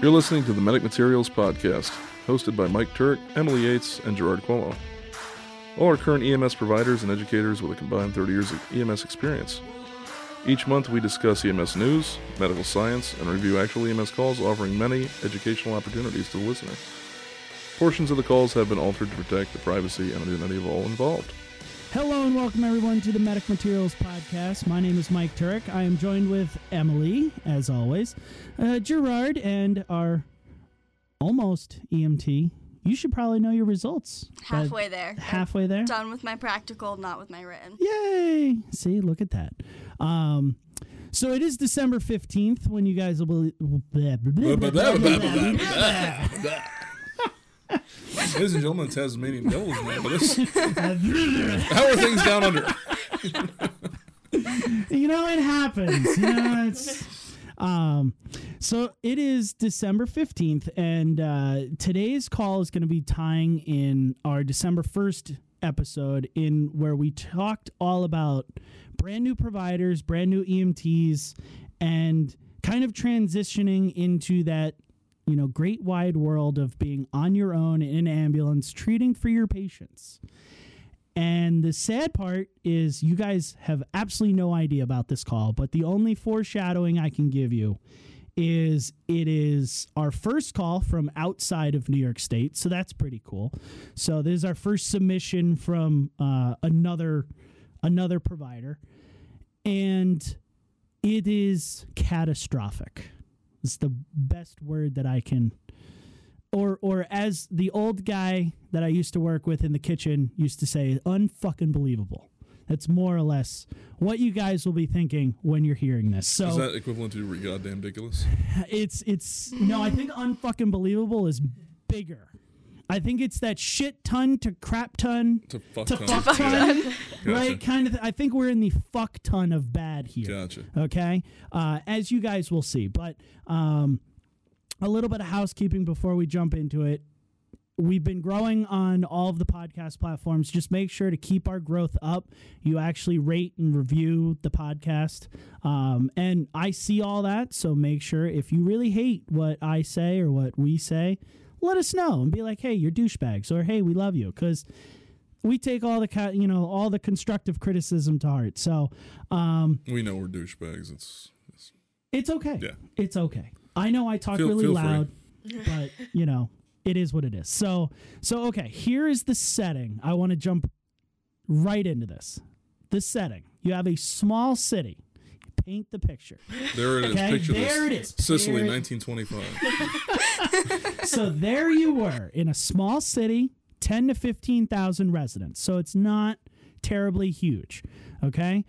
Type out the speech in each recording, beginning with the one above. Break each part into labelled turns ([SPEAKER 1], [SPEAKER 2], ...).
[SPEAKER 1] You're listening to the Medic Materials Podcast, hosted by Mike Turk, Emily Yates, and Gerard Cuomo. All are current EMS providers and educators with a combined 30 years of EMS experience. Each month, we discuss EMS news, medical science, and review actual EMS calls, offering many educational opportunities to the listener. Portions of the calls have been altered to protect the privacy and identity of all involved.
[SPEAKER 2] Hello and welcome everyone to the Medic Materials Podcast. My name is Mike Turek. I am joined with Emily, as always, uh, Gerard, and our almost EMT. You should probably know your results. but
[SPEAKER 3] Halfway there.
[SPEAKER 2] Halfway there.
[SPEAKER 3] Done with my practical, not with my written.
[SPEAKER 2] Yay! See, look at that. Um, so it is December fifteenth when you guys will. be-
[SPEAKER 1] Ladies and gentlemen, Tasmanian Devils, man, but it's, how are things down under?
[SPEAKER 2] you know it happens you know it's um so it is december 15th and uh today's call is going to be tying in our december 1st episode in where we talked all about brand new providers brand new emts and kind of transitioning into that you know great wide world of being on your own in an ambulance treating for your patients and the sad part is, you guys have absolutely no idea about this call, but the only foreshadowing I can give you is it is our first call from outside of New York State. So that's pretty cool. So this is our first submission from uh, another another provider, and it is catastrophic. It's the best word that I can or or as the old guy that I used to work with in the kitchen used to say, unfucking believable. That's more or less what you guys will be thinking when you're hearing this. So
[SPEAKER 1] Is that equivalent to re- goddamn ridiculous?
[SPEAKER 2] it's it's no, I think unfucking believable is bigger. I think it's that shit ton to crap ton
[SPEAKER 1] To fuck
[SPEAKER 2] to
[SPEAKER 1] ton.
[SPEAKER 2] fuck ton, right? Kind of. I think we're in the fuck ton of bad here
[SPEAKER 1] Gotcha.
[SPEAKER 2] okay uh, as you guys will see but um, a little bit of housekeeping before we jump into it we've been growing on all of the podcast platforms just make sure to keep our growth up you actually rate and review the podcast um, and i see all that so make sure if you really hate what i say or what we say let us know and be like hey you're douchebags or hey we love you because we take all the co- you know all the constructive criticism to heart so um,
[SPEAKER 1] We know we're douchebags. It's, it's
[SPEAKER 2] it's okay.
[SPEAKER 1] Yeah.
[SPEAKER 2] It's okay. I know I talk
[SPEAKER 1] Feel-
[SPEAKER 2] really
[SPEAKER 1] feel free.
[SPEAKER 2] loud, but you know, it is what it is. So, so okay, here is the setting. I want to jump right into this. The setting. You have a small city. Paint the picture.
[SPEAKER 1] there it is.
[SPEAKER 2] Okay,
[SPEAKER 1] Picture
[SPEAKER 2] there it
[SPEAKER 1] this.
[SPEAKER 2] is.
[SPEAKER 1] Sicily,
[SPEAKER 2] There it-
[SPEAKER 1] 1925.
[SPEAKER 2] so there you were in a small city, 10 to 15,000 residents. So it's not terribly huge. Okay.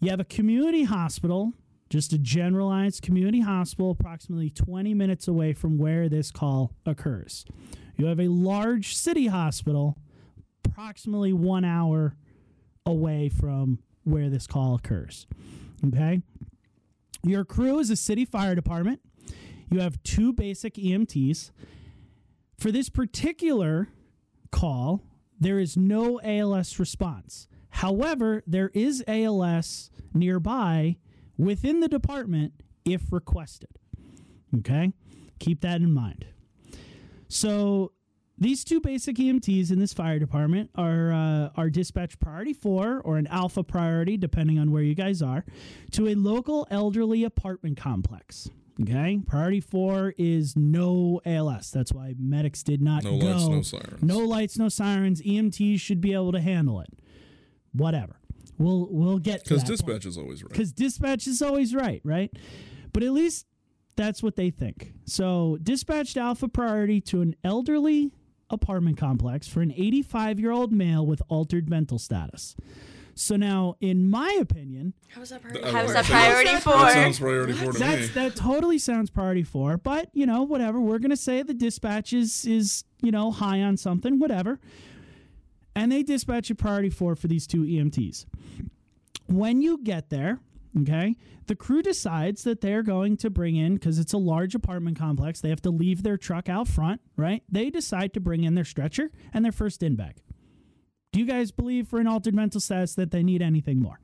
[SPEAKER 2] You have a community hospital, just a generalized community hospital, approximately 20 minutes away from where this call occurs. You have a large city hospital, approximately one hour away from where this call occurs. Okay. Your crew is a city fire department. You have two basic E EMTs. For this particular call, there is no ALS response. However, there is ALS nearby within the department if requested. Okay? Keep that in mind. So, these two basic EMTs in this fire department are uh, are dispatched priority four or an alpha priority, depending on where you guys are, to a local elderly apartment complex. Okay, priority four is no ALS. That's why medics did not
[SPEAKER 1] No
[SPEAKER 2] go.
[SPEAKER 1] lights, no sirens.
[SPEAKER 2] No lights, no sirens. EMTs should be able to handle it. Whatever. We'll we'll get to
[SPEAKER 1] Because
[SPEAKER 2] that point.
[SPEAKER 1] dispatch is always right.
[SPEAKER 2] Because dispatch is always right, right? But at least that's what they think. So, dispatched alpha priority to an elderly apartment complex for an 85 year old male with altered mental status. So, now, in my opinion,
[SPEAKER 4] How was that priority?
[SPEAKER 1] I
[SPEAKER 3] How was
[SPEAKER 1] like that.
[SPEAKER 3] that priority
[SPEAKER 4] That
[SPEAKER 1] That
[SPEAKER 3] four?
[SPEAKER 1] sounds priority four to me.
[SPEAKER 2] that's, that totally sounds priority four, but, you know, whatever. We're going to say the dispatch is, is, you know, high on something, whatever. and they dispatch a priority four for these two EMTs. When you get there, okay, the crew decides that they're going to bring in, because it's a large apartment complex, they have to leave their truck out front, right? They decide to bring in their stretcher and their first in bag. Do you guys believe for an altered mental status that they need anything more?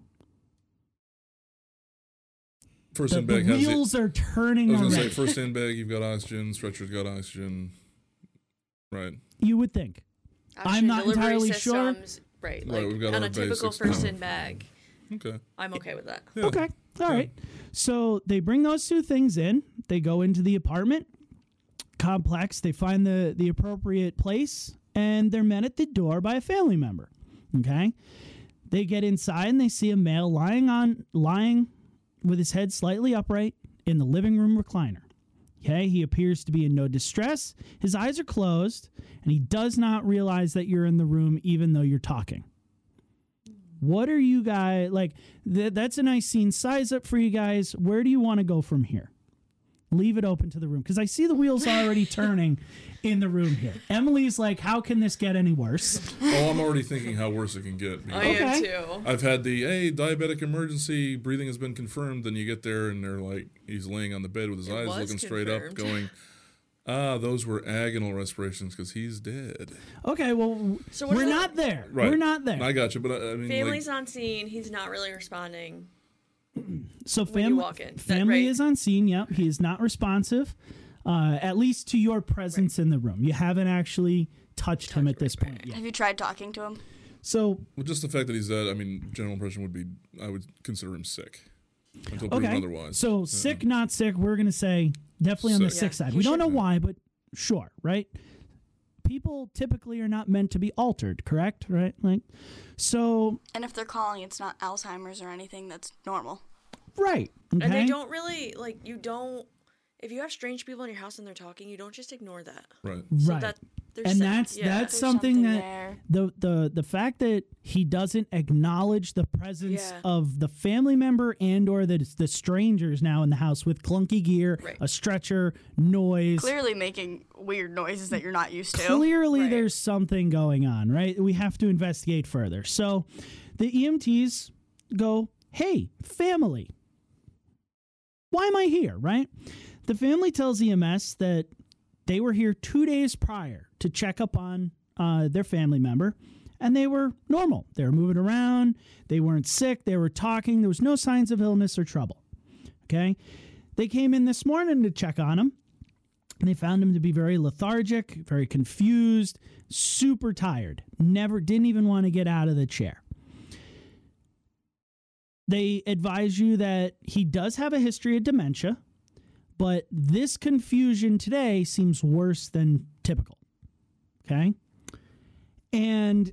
[SPEAKER 1] First
[SPEAKER 2] The,
[SPEAKER 1] in
[SPEAKER 2] the
[SPEAKER 1] bag has the,
[SPEAKER 2] wheels are turning
[SPEAKER 1] I was
[SPEAKER 2] already.
[SPEAKER 1] gonna say first in bag. You've got oxygen. Stretcher's got oxygen. Right.
[SPEAKER 2] you would think. I'm not
[SPEAKER 4] delivery
[SPEAKER 2] entirely sure.
[SPEAKER 4] systems, Right,
[SPEAKER 1] Right,
[SPEAKER 4] like
[SPEAKER 1] we've got
[SPEAKER 4] on
[SPEAKER 1] our
[SPEAKER 4] a typical
[SPEAKER 1] basics down.
[SPEAKER 4] first in bag,
[SPEAKER 1] Okay.
[SPEAKER 4] I'm okay with that.
[SPEAKER 1] Yeah.
[SPEAKER 2] Okay. all right. So they bring those two things in. They go into the apartment complex. They find the, the appropriate place and they're met at the door by a family member. Okay. They get inside and they see a male lying on lying with his head slightly upright in the living room recliner. Okay, he appears to be in no distress. His eyes are closed, and he does not realize that you're in the room, even though you're talking. What are you guys like? Th- that's a nice scene. Size up for you guys. Where do you want to go from here? Leave it open to the room because I see the wheels already turning in the room here. Emily's like, "How can this get any worse?"
[SPEAKER 1] Oh, I'm already thinking how worse it can get. because
[SPEAKER 4] I am
[SPEAKER 2] Okay.
[SPEAKER 4] too.
[SPEAKER 1] I've had the hey diabetic emergency breathing has been confirmed. Then you get there and they're like he's laying on the bed with his eyes
[SPEAKER 4] was
[SPEAKER 1] looking straight up,
[SPEAKER 4] confirmed.
[SPEAKER 1] going, ah, those were agonal respirations because he's dead.
[SPEAKER 2] Okay, well,
[SPEAKER 4] So what
[SPEAKER 2] we're
[SPEAKER 4] is it-
[SPEAKER 2] not there.
[SPEAKER 1] Right.
[SPEAKER 2] We're not there.
[SPEAKER 1] I got you, but I, I mean,
[SPEAKER 4] Family's
[SPEAKER 1] like,
[SPEAKER 4] on scene. He's not really responding.
[SPEAKER 2] So
[SPEAKER 4] you
[SPEAKER 2] family,
[SPEAKER 4] walk in. That-
[SPEAKER 2] family
[SPEAKER 4] right.
[SPEAKER 2] is on scene. Yep, he is not responsive, uh, at least to your presence in the room. You haven't actually touched him at this point yet.
[SPEAKER 3] Have you tried talking to him?
[SPEAKER 2] So
[SPEAKER 1] well, just the fact that he's dead. I mean, general impression would be I would consider him sick until proven
[SPEAKER 2] okay,
[SPEAKER 1] otherwise.
[SPEAKER 2] so sick, not sick. We're gonna say definitely on the
[SPEAKER 1] Sick.
[SPEAKER 2] sick
[SPEAKER 4] Yeah,
[SPEAKER 2] side.
[SPEAKER 4] he
[SPEAKER 2] We don't know
[SPEAKER 1] should be.
[SPEAKER 2] why, but sure, right? People typically are not meant to be altered, correct? Right? Like, so
[SPEAKER 3] And if they're calling, it's not Alzheimer's or anything that's normal.
[SPEAKER 2] right. Okay?
[SPEAKER 4] And they don't really like you don't if you have strange people in your house and they're talking, you don't just ignore that.
[SPEAKER 1] right.
[SPEAKER 4] So
[SPEAKER 2] right.
[SPEAKER 4] that there's
[SPEAKER 2] and
[SPEAKER 4] that-
[SPEAKER 2] that's
[SPEAKER 4] yeah.
[SPEAKER 2] that's
[SPEAKER 3] There's
[SPEAKER 2] something,
[SPEAKER 3] something
[SPEAKER 2] that the, the the fact that he doesn't acknowledge the presence
[SPEAKER 4] Yeah.
[SPEAKER 2] of the family member and or the the strangers now in the house with clunky gear,
[SPEAKER 4] Right.
[SPEAKER 2] a stretcher, noise.
[SPEAKER 3] Clearly making weird noises that you're not used to.
[SPEAKER 2] Clearly,
[SPEAKER 4] Right.
[SPEAKER 2] there's something going on, right? We have to investigate further. So, the EMTs go, "Hey, family, why am I here?" Right? The family tells EMS that they were here two days prior to check up on uh, their family member and they were normal they were moving around they weren't sick they were talking there was no signs of illness or trouble okay they came in this morning to check on him and they found him to be very lethargic very confused super tired never didn't even want to get out of the chair they advise you that he does have a history of dementia but this confusion today seems worse than typical. Okay. And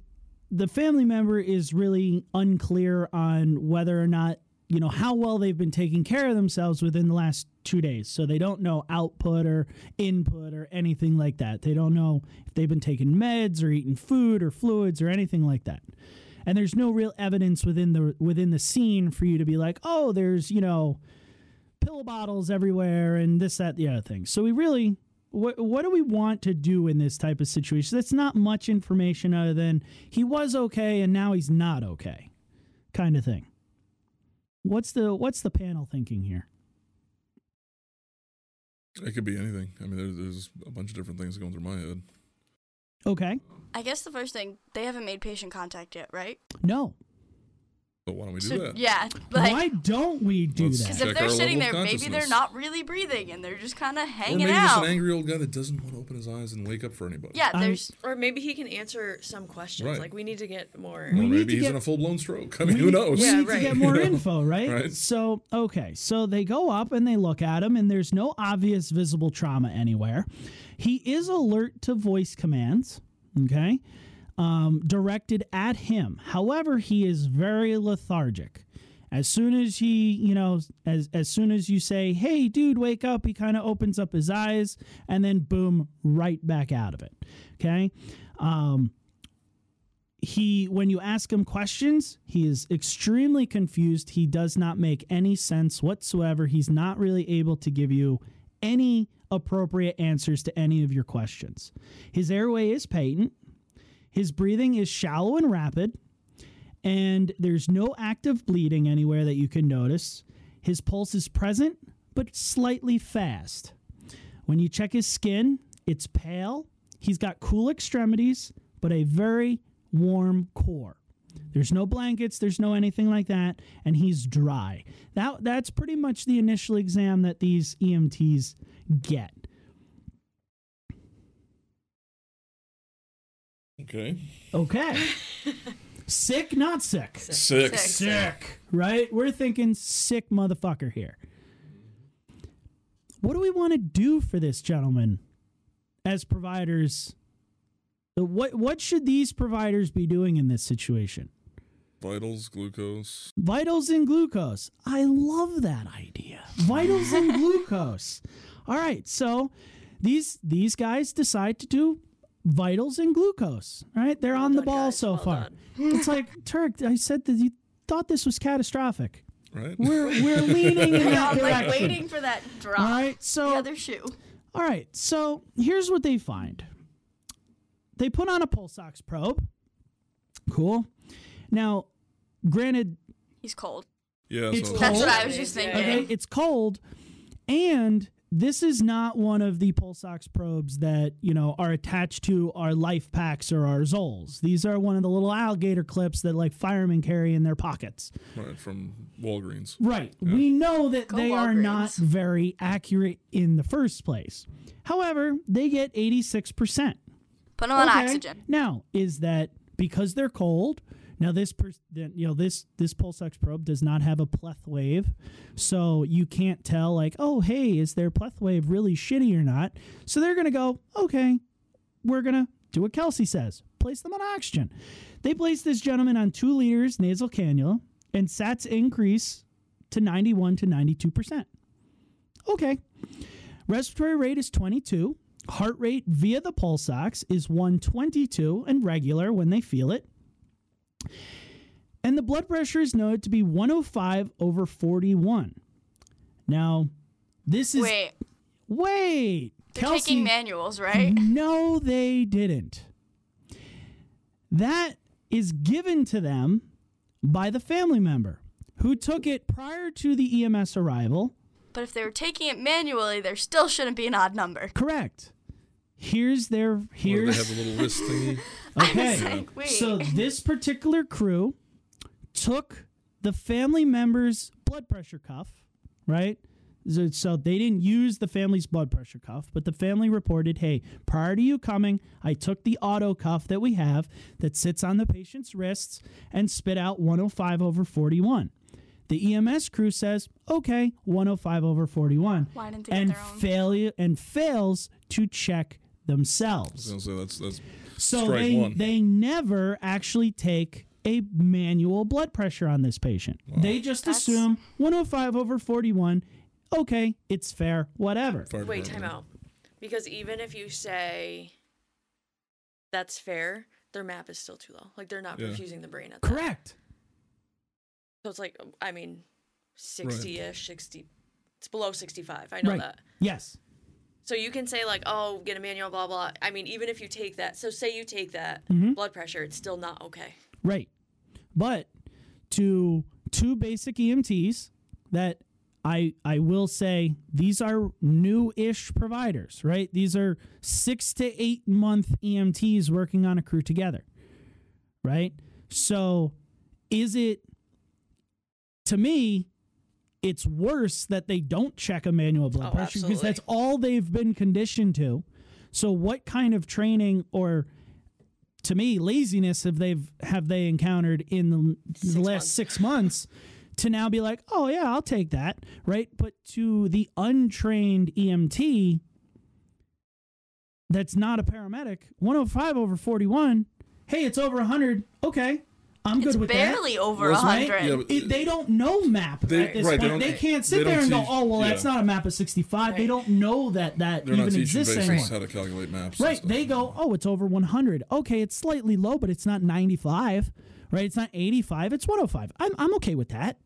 [SPEAKER 2] the family member is really unclear on whether or not, you know, how well they've been taking care of themselves within the last two days. So they don't know output or input or anything like that. They don't know if they've been taking meds or eating food or fluids or anything like that. And there's no real evidence within the within the scene for you to be like, oh, there's, you know, pill bottles everywhere and this that the other thing so we really what, what do we want to do in this type of situation that's not much information other than he was okay and now he's not okay kind of thing what's the what's the panel thinking here
[SPEAKER 1] It could be anything. I mean, there's, there's a bunch of different things going through my head.
[SPEAKER 2] okay
[SPEAKER 3] I guess the first thing, they haven't made patient contact yet, right?
[SPEAKER 2] no
[SPEAKER 1] But why don't we do
[SPEAKER 3] so,
[SPEAKER 1] that?
[SPEAKER 3] yeah. Like,
[SPEAKER 2] why don't we do
[SPEAKER 1] Let's
[SPEAKER 2] that
[SPEAKER 3] because
[SPEAKER 1] Check
[SPEAKER 3] if
[SPEAKER 1] our
[SPEAKER 3] they're sitting
[SPEAKER 1] level of
[SPEAKER 3] there, maybe they're
[SPEAKER 1] consciousness.
[SPEAKER 3] not really breathing and they're just kind of
[SPEAKER 1] or
[SPEAKER 3] hanging
[SPEAKER 1] maybe
[SPEAKER 3] out.
[SPEAKER 1] just an angry old guy that doesn't want to open his eyes and wake up for anybody.
[SPEAKER 3] yeah,
[SPEAKER 2] I'm-
[SPEAKER 3] there's.
[SPEAKER 4] Or maybe he can answer some questions.
[SPEAKER 1] Right.
[SPEAKER 4] Like we need to get more.
[SPEAKER 1] Or
[SPEAKER 2] We need
[SPEAKER 1] maybe
[SPEAKER 2] to
[SPEAKER 1] he's
[SPEAKER 2] get-
[SPEAKER 1] in a full blown stroke. I mean, who knows?
[SPEAKER 2] We
[SPEAKER 4] Yeah,
[SPEAKER 2] need to
[SPEAKER 4] right.
[SPEAKER 2] get more
[SPEAKER 1] You know?
[SPEAKER 2] info, right?
[SPEAKER 1] Right.
[SPEAKER 2] So, okay. So they go up and they look at him, and there's no obvious visible trauma anywhere. He is alert to voice commands, okay, um, directed at him. However, he is very lethargic. As soon as he, you know, as as soon as you say, "Hey, dude, wake up," he kind of opens up his eyes, and then boom, right back out of it. Okay. Um, he when you ask him questions he is extremely confused he does not make any sense whatsoever he's not really able to give you any appropriate answers to any of your questions his airway is patent his breathing is shallow and rapid and there's no active bleeding anywhere that you can notice his pulse is present but slightly fast when you check his skin, it's pale. He's got cool extremities, but a very warm core. There's no blankets, there's no anything like that, and he's dry. That that's pretty much the initial exam that these EMTs get.
[SPEAKER 1] Okay.
[SPEAKER 2] Okay. sick, not sick.
[SPEAKER 1] Six.
[SPEAKER 3] Six.
[SPEAKER 2] Sick. Right? We're thinking sick motherfucker here. What do we want to do for this gentleman as providers? Uh, What what should these providers be doing in this situation?
[SPEAKER 1] Vitals, glucose.
[SPEAKER 2] Vitals and glucose. I love that idea. Vitals and glucose. All right, so these these guys decide to do vitals and glucose. Right? They're on the
[SPEAKER 4] done,
[SPEAKER 2] ball
[SPEAKER 4] guys.
[SPEAKER 2] so
[SPEAKER 4] Well
[SPEAKER 2] far. It's like Turk. I said that you thought this was catastrophic.
[SPEAKER 1] Right.
[SPEAKER 2] We're we're leaning in
[SPEAKER 3] Yeah,
[SPEAKER 2] that
[SPEAKER 3] I'm like
[SPEAKER 2] direction.
[SPEAKER 3] waiting for that drop.
[SPEAKER 2] All right,
[SPEAKER 3] The
[SPEAKER 2] so
[SPEAKER 3] other shoe.
[SPEAKER 2] all right, so here's what they find. They put on a pulse ox probe. Cool. Now, granted,
[SPEAKER 3] He's cold.
[SPEAKER 1] Yeah.
[SPEAKER 2] It's
[SPEAKER 1] so-
[SPEAKER 3] That's what I
[SPEAKER 4] Cold?
[SPEAKER 3] was just
[SPEAKER 4] Yeah.
[SPEAKER 3] thinking.
[SPEAKER 2] Okay, it's cold, and this is not one of the pulse ox probes that you know are attached to our life packs or our Zols. These are one of the little alligator clips that like firemen carry in their pockets.
[SPEAKER 1] Right, from Walgreens.
[SPEAKER 2] Right. We know that
[SPEAKER 3] Go
[SPEAKER 2] they are not
[SPEAKER 3] Walgreens.
[SPEAKER 2] very accurate in the first place. However, they get eighty six percent.
[SPEAKER 3] Put him on
[SPEAKER 2] Okay.
[SPEAKER 3] oxygen.
[SPEAKER 2] Now, is that because they're cold? Now this pers- then, you know this this pulse ox probe does not have a pleth wave, so you can't tell like oh hey is their pleth wave really shitty or not. So they're gonna go okay, we're gonna do what Kelsey says, place them on oxygen. They placed this gentleman on two liters nasal cannula, and SATs increase to ninety one to ninety two percent. Okay, Respiratory rate is 22. Heart rate via the pulse ox is 122 and regular when they feel it. And the blood pressure is noted to be 105 over 41. Now, this is
[SPEAKER 3] Wait,
[SPEAKER 2] wait.
[SPEAKER 3] they're
[SPEAKER 2] Kelsey,
[SPEAKER 3] taking manuals, right?
[SPEAKER 2] no, they didn't. That is given to them by the family member who took it prior to the EMS arrival.
[SPEAKER 3] But if they were taking it manually, there still shouldn't be an odd number.
[SPEAKER 2] Correct. Here's their
[SPEAKER 1] Where do they have
[SPEAKER 2] here's
[SPEAKER 1] the little list thingy?
[SPEAKER 2] okay.
[SPEAKER 3] like, wait.
[SPEAKER 2] So this particular crew took the family member's blood pressure cuff, right? So- So they didn't use the family's blood pressure cuff, but the family reported, "Hey, prior to you coming, I took the auto cuff that we have that sits on the patient's wrists and spit out 105 over 41." The EMS crew says, "Okay, 105 over 41,"
[SPEAKER 3] Why didn't they get
[SPEAKER 2] and
[SPEAKER 3] their own?
[SPEAKER 2] failure and fails to check themselves.
[SPEAKER 1] So, so that's that's
[SPEAKER 2] So
[SPEAKER 1] Strike
[SPEAKER 2] they
[SPEAKER 1] one.
[SPEAKER 2] they never actually take a manual blood pressure on this patient. They just
[SPEAKER 3] That's-
[SPEAKER 2] assume 105 over 41. Okay, it's fair, whatever.
[SPEAKER 1] fire
[SPEAKER 4] Wait, time
[SPEAKER 1] department.
[SPEAKER 4] out. Because even if you say that's fair, their map is still too low. Like they're not
[SPEAKER 1] Yeah.
[SPEAKER 4] confusing the brain at that.
[SPEAKER 2] Correct.
[SPEAKER 4] So it's like I mean, sixty ish, sixty. It's below sixty-five. I know
[SPEAKER 2] right.
[SPEAKER 4] that.
[SPEAKER 2] Yes.
[SPEAKER 4] So you can say like, oh, get a manual, blah blah. I mean, even if you take that, so say you take that
[SPEAKER 2] Mm-hmm.
[SPEAKER 4] blood pressure, it's still not okay.
[SPEAKER 2] Right. But to two basic EMTs that I I will say these are new-ish providers, right? These are 6 to 8 month EMTs working on a crew together. Right? So is it to me it's worse that they don't check a manual blood
[SPEAKER 4] Oh,
[SPEAKER 2] pressure because
[SPEAKER 4] absolutely.
[SPEAKER 2] that's all they've been conditioned to. So what kind of training or to me laziness have they have they encountered in the, the last
[SPEAKER 4] months.
[SPEAKER 2] six months to now be like oh yeah i'll take that right but to the untrained E emt that's not a paramedic 105 over 41 hey it's over 100 okay i'm
[SPEAKER 3] It's
[SPEAKER 2] good with
[SPEAKER 3] barely over a
[SPEAKER 1] Well, it's
[SPEAKER 2] right.
[SPEAKER 3] hundred.
[SPEAKER 1] Yeah,
[SPEAKER 2] that it, they don't know map
[SPEAKER 1] They-
[SPEAKER 2] at this
[SPEAKER 1] right, they
[SPEAKER 2] point. They,
[SPEAKER 1] don't-
[SPEAKER 2] can't sit
[SPEAKER 1] they
[SPEAKER 2] there
[SPEAKER 1] don't
[SPEAKER 2] and go,
[SPEAKER 1] teach-
[SPEAKER 2] "Oh, well,
[SPEAKER 1] yeah.
[SPEAKER 2] that's not a map of 65." They
[SPEAKER 4] Right.
[SPEAKER 2] don't know that that
[SPEAKER 1] They're not
[SPEAKER 2] even
[SPEAKER 1] teaching
[SPEAKER 2] exists
[SPEAKER 1] basics
[SPEAKER 2] anymore.
[SPEAKER 1] how to calculate maps. and
[SPEAKER 2] Right.
[SPEAKER 1] stuff.
[SPEAKER 2] They go, oh, it's over 100. Okay, it's slightly low, but it's not 95, right? It's not 85, it's 105. I'm, I'm okay with that,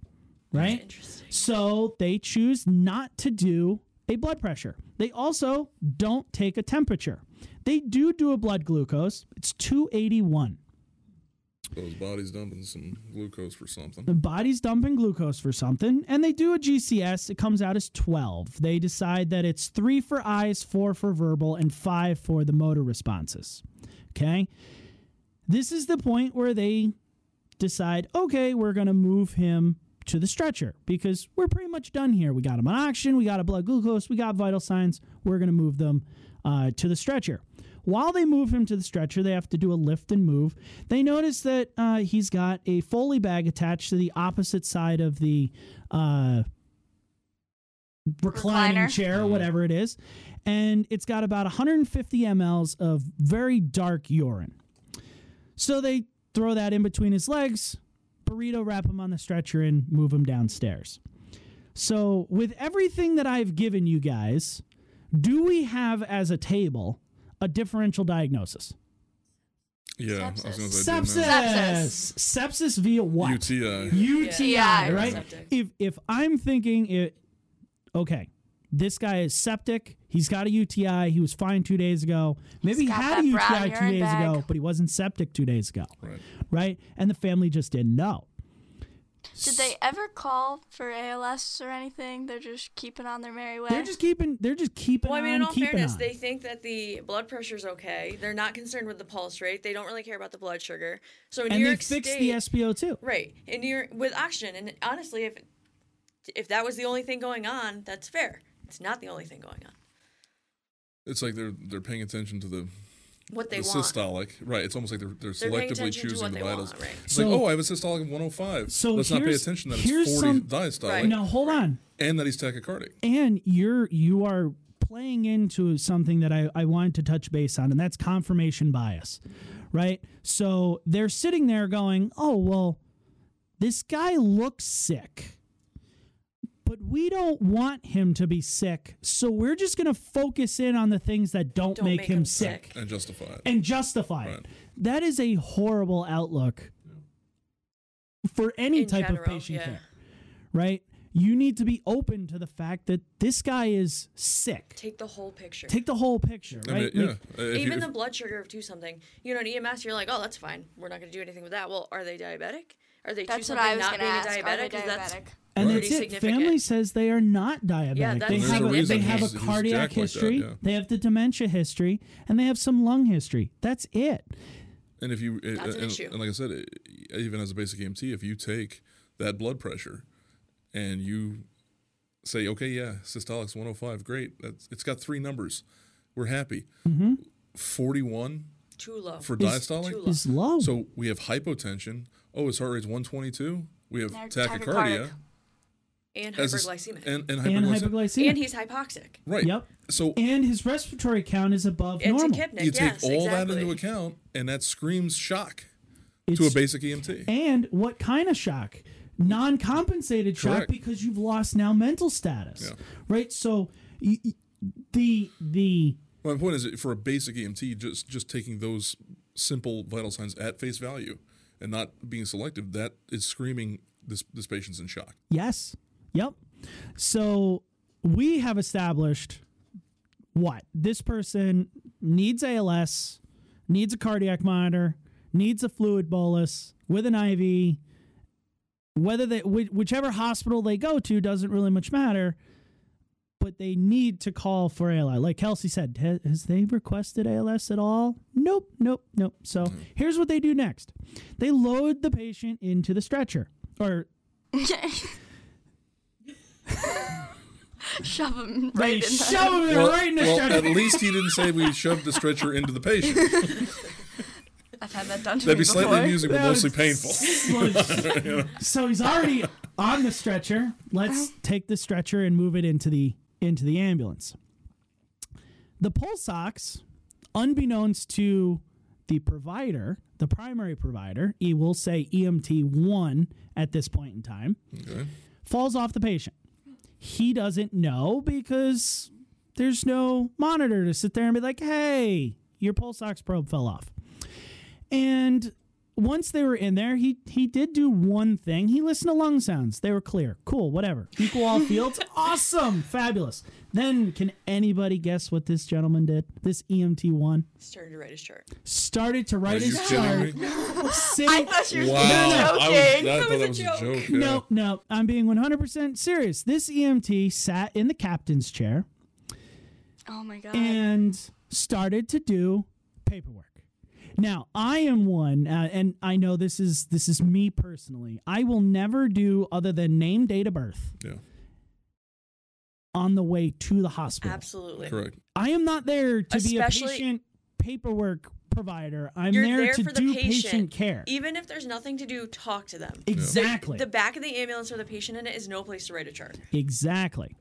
[SPEAKER 2] right?
[SPEAKER 4] Interesting.
[SPEAKER 2] So they choose not to do a blood pressure. They also don't take a temperature. They do do a blood glucose, it's 281.
[SPEAKER 1] Those bodies dumping some glucose for something.
[SPEAKER 2] The body's dumping glucose for something, and they do a GCS. It comes out as 12. They decide that it's three for eyes, four for verbal, and five for the motor responses. Okay? This is the point where they decide, okay, we're going to move him to the stretcher because we're pretty much done here. We got him on oxygen, we got a blood glucose, we got vital signs. We're going to move them uh, to the stretcher. While they move him to the stretcher, they have to do a lift and move. They notice that uh, he's got a Foley bag attached to the opposite side of the uh, reclining
[SPEAKER 3] Recliner.
[SPEAKER 2] chair, whatever it is. And it's got about 150 mLs of very dark urine. So they throw that in between his legs, burrito wrap him on the stretcher, and move him downstairs. So, with everything that I've given you guys, do we have as a table a differential diagnosis?
[SPEAKER 1] Yeah, I was
[SPEAKER 4] Sepsis.
[SPEAKER 1] gonna say I didn't
[SPEAKER 2] Sepsis.
[SPEAKER 1] know.
[SPEAKER 2] Sepsis. via what?
[SPEAKER 1] UTI.
[SPEAKER 2] UTI,
[SPEAKER 3] Yeah.
[SPEAKER 2] right?
[SPEAKER 4] Septic.
[SPEAKER 2] If if I'm thinking it, okay, this guy is septic. He's got a UTI. He was fine two days ago. Maybe he
[SPEAKER 3] got
[SPEAKER 2] had a
[SPEAKER 3] that brown
[SPEAKER 2] UTI two
[SPEAKER 3] urine
[SPEAKER 2] days ago,
[SPEAKER 3] bag.
[SPEAKER 2] but he wasn't septic two days ago,
[SPEAKER 1] Right.
[SPEAKER 2] right? And the family just didn't know.
[SPEAKER 3] Did they ever call for ALS or anything? They're just keeping on their merry way.
[SPEAKER 2] They're just keeping. They're just keeping.
[SPEAKER 4] Well, I mean,
[SPEAKER 2] on,
[SPEAKER 4] in all
[SPEAKER 2] keeping
[SPEAKER 4] fairness,
[SPEAKER 2] on.
[SPEAKER 4] they think that the blood pressure's okay. They're not concerned with the pulse rate. They don't really care about the blood sugar. So in
[SPEAKER 2] and
[SPEAKER 4] New
[SPEAKER 2] they
[SPEAKER 4] York
[SPEAKER 2] fixed
[SPEAKER 4] State,
[SPEAKER 2] the SPO too.
[SPEAKER 4] right? In New York, with oxygen, and honestly, if if that was the only thing going on, that's fair. It's not the only thing going on.
[SPEAKER 1] It's like they're they're paying attention to the,
[SPEAKER 4] What they
[SPEAKER 1] the
[SPEAKER 4] want.
[SPEAKER 1] systolic. Right. It's almost like they're they're,
[SPEAKER 4] They're paying
[SPEAKER 1] uh, selectively
[SPEAKER 4] attention to
[SPEAKER 1] choosing
[SPEAKER 4] what
[SPEAKER 1] the
[SPEAKER 4] they
[SPEAKER 1] vitals.
[SPEAKER 4] want, right?
[SPEAKER 1] It's
[SPEAKER 2] So-
[SPEAKER 1] like, oh, I have a systolic of 105.
[SPEAKER 2] So
[SPEAKER 1] Let's not pay
[SPEAKER 2] here's-
[SPEAKER 1] attention that
[SPEAKER 2] here's
[SPEAKER 1] it's 40
[SPEAKER 2] some-
[SPEAKER 1] diastolic
[SPEAKER 4] Right.
[SPEAKER 2] Now hold on.
[SPEAKER 1] and that he's tachycardic.
[SPEAKER 2] and you're you are playing into something that I, I wanted to touch base on and that's confirmation bias right so they're sitting there going oh well this guy looks sick but we don't want him to be sick so we're just going to focus in on the things that don't,
[SPEAKER 4] Don't
[SPEAKER 2] make,
[SPEAKER 4] make
[SPEAKER 2] him
[SPEAKER 4] him
[SPEAKER 2] sick,
[SPEAKER 4] sick.
[SPEAKER 1] and justify it.
[SPEAKER 2] and justify it
[SPEAKER 1] Right.
[SPEAKER 2] that is a horrible outlook for any
[SPEAKER 4] In
[SPEAKER 2] type of
[SPEAKER 4] general,
[SPEAKER 2] patient
[SPEAKER 4] yeah.
[SPEAKER 2] care right? You need to be open to the fact that this guy is sick.
[SPEAKER 4] Take the whole picture.
[SPEAKER 2] Take the whole picture,
[SPEAKER 1] I mean,
[SPEAKER 2] right?
[SPEAKER 1] yeah.
[SPEAKER 2] Like,
[SPEAKER 1] Uh, if you-
[SPEAKER 4] Even
[SPEAKER 1] if-
[SPEAKER 4] the blood sugar of two something. You know, in EMS, you're like, oh, that's fine. We're not going to do anything with that. Well, are they diabetic? Are they two
[SPEAKER 3] That's what
[SPEAKER 4] something
[SPEAKER 3] I was
[SPEAKER 4] not
[SPEAKER 3] gonna
[SPEAKER 4] being
[SPEAKER 3] ask.
[SPEAKER 4] a
[SPEAKER 3] Are they
[SPEAKER 4] diabetic? 'Cause that's-
[SPEAKER 3] diabetic?
[SPEAKER 2] and
[SPEAKER 4] Pretty
[SPEAKER 2] that's it.
[SPEAKER 4] significant.
[SPEAKER 2] Family says they are not diabetic.
[SPEAKER 4] Yeah,
[SPEAKER 2] they,
[SPEAKER 4] that's
[SPEAKER 2] have a,
[SPEAKER 4] There's a
[SPEAKER 2] they
[SPEAKER 4] reason
[SPEAKER 2] have a
[SPEAKER 1] he's- he's
[SPEAKER 2] cardiac
[SPEAKER 1] jacked like that,
[SPEAKER 2] history,
[SPEAKER 1] yeah.
[SPEAKER 2] they have the dementia history, and they have some lung history. That's it.
[SPEAKER 1] And if you, eh,
[SPEAKER 4] That's an
[SPEAKER 1] and,
[SPEAKER 4] issue.
[SPEAKER 1] and like I said, i- even as a basic EMT, if you take that blood pressure and you say, okay, yeah, systolic's 105, great. That's, it's got three numbers. We're happy.
[SPEAKER 2] Mm-hmm.
[SPEAKER 1] 41
[SPEAKER 4] too low.
[SPEAKER 1] for
[SPEAKER 4] Oh, too
[SPEAKER 1] diastolic.
[SPEAKER 4] low.
[SPEAKER 2] It's low.
[SPEAKER 1] So we have hypotension. Oh, his heart rate's 122. We have
[SPEAKER 3] Now tachycardic.
[SPEAKER 1] tachycardia.
[SPEAKER 4] and
[SPEAKER 1] As a-
[SPEAKER 4] hyperglycemic.
[SPEAKER 1] And,
[SPEAKER 4] And,
[SPEAKER 1] and
[SPEAKER 2] and
[SPEAKER 1] hyperglycemia.
[SPEAKER 2] hypoglycemia.
[SPEAKER 4] he's hypoxic.
[SPEAKER 1] right.
[SPEAKER 2] Yep.
[SPEAKER 1] So
[SPEAKER 2] And his respiratory count is above
[SPEAKER 4] It's
[SPEAKER 2] normal.
[SPEAKER 4] a
[SPEAKER 1] you take
[SPEAKER 4] yes,
[SPEAKER 1] all
[SPEAKER 4] exactly.
[SPEAKER 1] that into account, and that screams shock to a
[SPEAKER 2] It's-
[SPEAKER 1] basic E EMT.
[SPEAKER 2] and what kind of shock? Non compensated shock
[SPEAKER 1] Correct.
[SPEAKER 2] because you've lost now mental status.
[SPEAKER 1] Yeah.
[SPEAKER 2] Right? So y- y- the the
[SPEAKER 1] My point is, that for a basic EMT, just just taking those simple vital signs at face value and not being selective, that is screaming this this patient's in shock.
[SPEAKER 2] Yes. Yep. So we have established what this person needs ALS, needs a cardiac monitor, needs a fluid bolus with an IV. Whether they whi- whichever hospital they go to doesn't really much matter, but they need to call for ALS. Like Kelsey said, ha- has they requested ALS at all? Nope, nope, nope. So here's what they do next: they load the patient into the stretcher or
[SPEAKER 3] Shove them right
[SPEAKER 2] they
[SPEAKER 3] in there.
[SPEAKER 2] shove it right in the
[SPEAKER 1] well,
[SPEAKER 2] stretcher.
[SPEAKER 1] at least he didn't say we shoved the stretcher into the patient.
[SPEAKER 3] I've had that done to
[SPEAKER 1] That'd be
[SPEAKER 3] me before.
[SPEAKER 1] slightly amusing, but
[SPEAKER 2] That
[SPEAKER 1] mostly
[SPEAKER 2] was-
[SPEAKER 1] painful.
[SPEAKER 2] so he's already on the stretcher. Let's take the stretcher and move it into the into the ambulance. The pulse ox, unbeknownst to the provider, the primary provider, he will say EMT one at this point in time,
[SPEAKER 1] Okay.
[SPEAKER 2] falls off the patient. He doesn't know because there's no monitor to sit there and be like, hey, your pulse ox probe fell off. And once they were in there, he he did do one thing. He listened to lung sounds. They were clear. Cool, whatever. Equal all fields. awesome. Fabulous. Then can anybody guess what this gentleman did? This EMT one
[SPEAKER 4] Started to write his chart.
[SPEAKER 2] started to
[SPEAKER 1] Are
[SPEAKER 2] write
[SPEAKER 1] you
[SPEAKER 2] his chart.
[SPEAKER 1] kidding me?
[SPEAKER 2] sit-
[SPEAKER 3] I thought you were
[SPEAKER 1] Wow. I was, I
[SPEAKER 3] joking.
[SPEAKER 1] thought
[SPEAKER 4] was
[SPEAKER 1] that
[SPEAKER 4] a
[SPEAKER 1] was a
[SPEAKER 4] joke.
[SPEAKER 1] joke. yeah.
[SPEAKER 2] No, no, I'm being 100% serious. This EMT sat in the captain's chair
[SPEAKER 3] Oh my god.
[SPEAKER 4] Uh,
[SPEAKER 2] and started to do paperwork. Now, I am one, uh, and I know this is this is me personally. I will never do other than name date of birth
[SPEAKER 1] Yeah,
[SPEAKER 2] on the way to the hospital.
[SPEAKER 4] Absolutely.
[SPEAKER 1] correct.
[SPEAKER 2] I am not there to be
[SPEAKER 4] Especially-
[SPEAKER 2] a patient paperwork provider. I'm
[SPEAKER 4] You're
[SPEAKER 2] there,
[SPEAKER 4] there
[SPEAKER 2] to
[SPEAKER 4] for the
[SPEAKER 2] do
[SPEAKER 4] patient.
[SPEAKER 2] care.
[SPEAKER 4] Even if there's nothing to do, talk to them.
[SPEAKER 2] Exactly.
[SPEAKER 4] The back of the ambulance with a patient in it is no place to write a chart.
[SPEAKER 2] Exactly.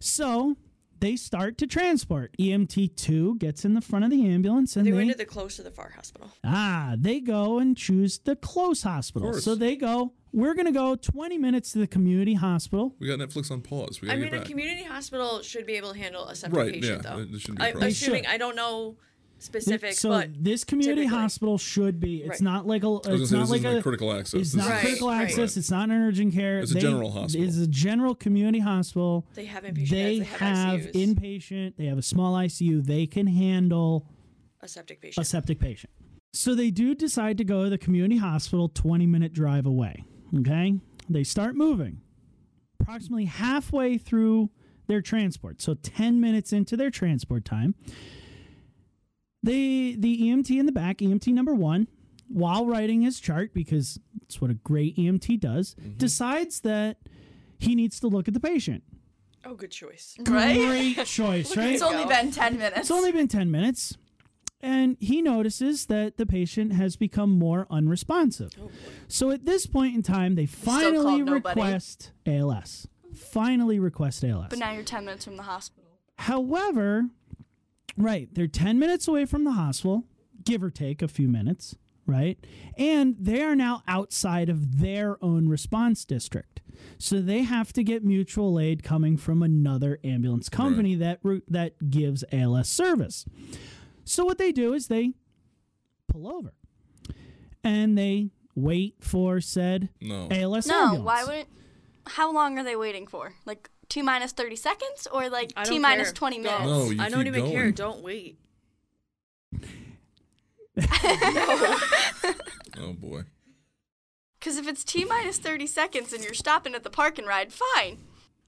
[SPEAKER 2] So they start to transport. EMT two gets in the front of the ambulance and
[SPEAKER 4] They
[SPEAKER 2] they,
[SPEAKER 4] went to the close to the far hospital.
[SPEAKER 2] ah they go and choose the close hospital.
[SPEAKER 1] course.
[SPEAKER 2] So they go. We're gonna go 20 minutes to the community hospital.
[SPEAKER 1] We got Netflix on pause. We
[SPEAKER 4] I
[SPEAKER 1] gotta
[SPEAKER 4] mean,
[SPEAKER 1] get
[SPEAKER 4] a
[SPEAKER 1] back.
[SPEAKER 4] community hospital should be able to handle a septic
[SPEAKER 1] Right,
[SPEAKER 4] patient,
[SPEAKER 1] yeah,
[SPEAKER 4] though.
[SPEAKER 1] there- there shouldn't be a
[SPEAKER 4] I,
[SPEAKER 1] problem.
[SPEAKER 2] They
[SPEAKER 4] assuming
[SPEAKER 2] should.
[SPEAKER 4] I don't know specifics,
[SPEAKER 2] so
[SPEAKER 4] but
[SPEAKER 2] this community
[SPEAKER 4] typically.
[SPEAKER 2] hospital should be. It's
[SPEAKER 4] Right.
[SPEAKER 2] not like a.
[SPEAKER 1] I was
[SPEAKER 2] It's
[SPEAKER 1] gonna
[SPEAKER 2] not
[SPEAKER 1] say this
[SPEAKER 2] like
[SPEAKER 1] isn't
[SPEAKER 2] a.
[SPEAKER 1] like critical access.
[SPEAKER 2] It's
[SPEAKER 1] This
[SPEAKER 2] not
[SPEAKER 1] is-
[SPEAKER 4] Right,
[SPEAKER 2] critical
[SPEAKER 4] right.
[SPEAKER 2] access. It's not an urgent care.
[SPEAKER 1] It's a general hospital.
[SPEAKER 2] It's a general community hospital.
[SPEAKER 4] they have inpatient
[SPEAKER 2] they
[SPEAKER 4] beds, they have,
[SPEAKER 2] have
[SPEAKER 4] ICUs,
[SPEAKER 2] inpatient. They have a small ICU. They can handle
[SPEAKER 4] a septic
[SPEAKER 2] a
[SPEAKER 4] patient.
[SPEAKER 2] septic patient. So they do decide to go to the community hospital 20 minute drive away. Okay. They start moving approximately halfway through their transport. So 10 minutes into their transport time. They the EMT in the back, EMT number one, while writing his chart, because it's what a great EMT does,
[SPEAKER 3] Mm-hmm.
[SPEAKER 2] decides that he needs to look at the patient.
[SPEAKER 4] oh, good choice.
[SPEAKER 3] Right?
[SPEAKER 2] Great choice, right?
[SPEAKER 3] It's only been 10 minutes.
[SPEAKER 2] It's only been 10 minutes, and he notices that the patient has become more unresponsive.
[SPEAKER 3] Oh,
[SPEAKER 2] So at this point in time, they finally
[SPEAKER 3] called nobody.
[SPEAKER 2] request ALS. Finally request ALS.
[SPEAKER 3] But now you're 10 minutes from the hospital.
[SPEAKER 2] However, right, they're 10 minutes away from the hospital, give or take a few minutes, right? And they are now outside of their own response district. So they have to get mutual aid coming from another ambulance company that that that gives ALS service. So what they do is they pull over and they wait for said
[SPEAKER 1] No.
[SPEAKER 2] ALS
[SPEAKER 3] No,
[SPEAKER 2] ambulance.
[SPEAKER 3] why wouldn't. How long are they waiting for? Like T minus 30 seconds or like
[SPEAKER 4] I don't
[SPEAKER 3] T minus
[SPEAKER 4] care.
[SPEAKER 3] 20 minutes?
[SPEAKER 1] No, you
[SPEAKER 4] I don't
[SPEAKER 1] keep
[SPEAKER 4] even care.
[SPEAKER 1] going.
[SPEAKER 4] Don't wait.
[SPEAKER 1] Oh boy.
[SPEAKER 3] Because if it's T minus 30 seconds and you're stopping at the park and ride, fine.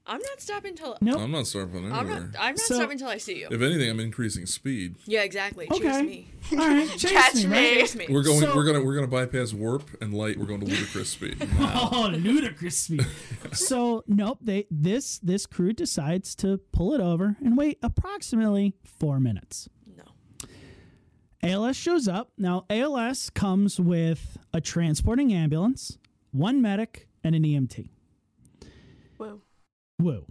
[SPEAKER 4] I'm not stopping till
[SPEAKER 2] Nope.
[SPEAKER 1] I'm not stopping anywhere.
[SPEAKER 4] I'm not. I'm not
[SPEAKER 2] So-
[SPEAKER 4] stopping till I see you.
[SPEAKER 1] If anything, I'm increasing speed.
[SPEAKER 4] Yeah, exactly. Chase
[SPEAKER 2] okay.
[SPEAKER 4] me.
[SPEAKER 2] All right. chase
[SPEAKER 3] Catch
[SPEAKER 2] me.
[SPEAKER 3] me.
[SPEAKER 2] right?
[SPEAKER 4] Chase me.
[SPEAKER 1] We're going.
[SPEAKER 2] So-
[SPEAKER 1] we're gonna. We're gonna bypass warp and light. We're going to ludicrous speed.
[SPEAKER 2] Oh, ludicrous speed. so nope, they this this crew decides to pull it over and wait approximately four minutes.
[SPEAKER 4] No.
[SPEAKER 2] ALS shows up. Now ALS comes with a transporting ambulance, one medic, and an E EMT.
[SPEAKER 3] Whoa.
[SPEAKER 2] Woo.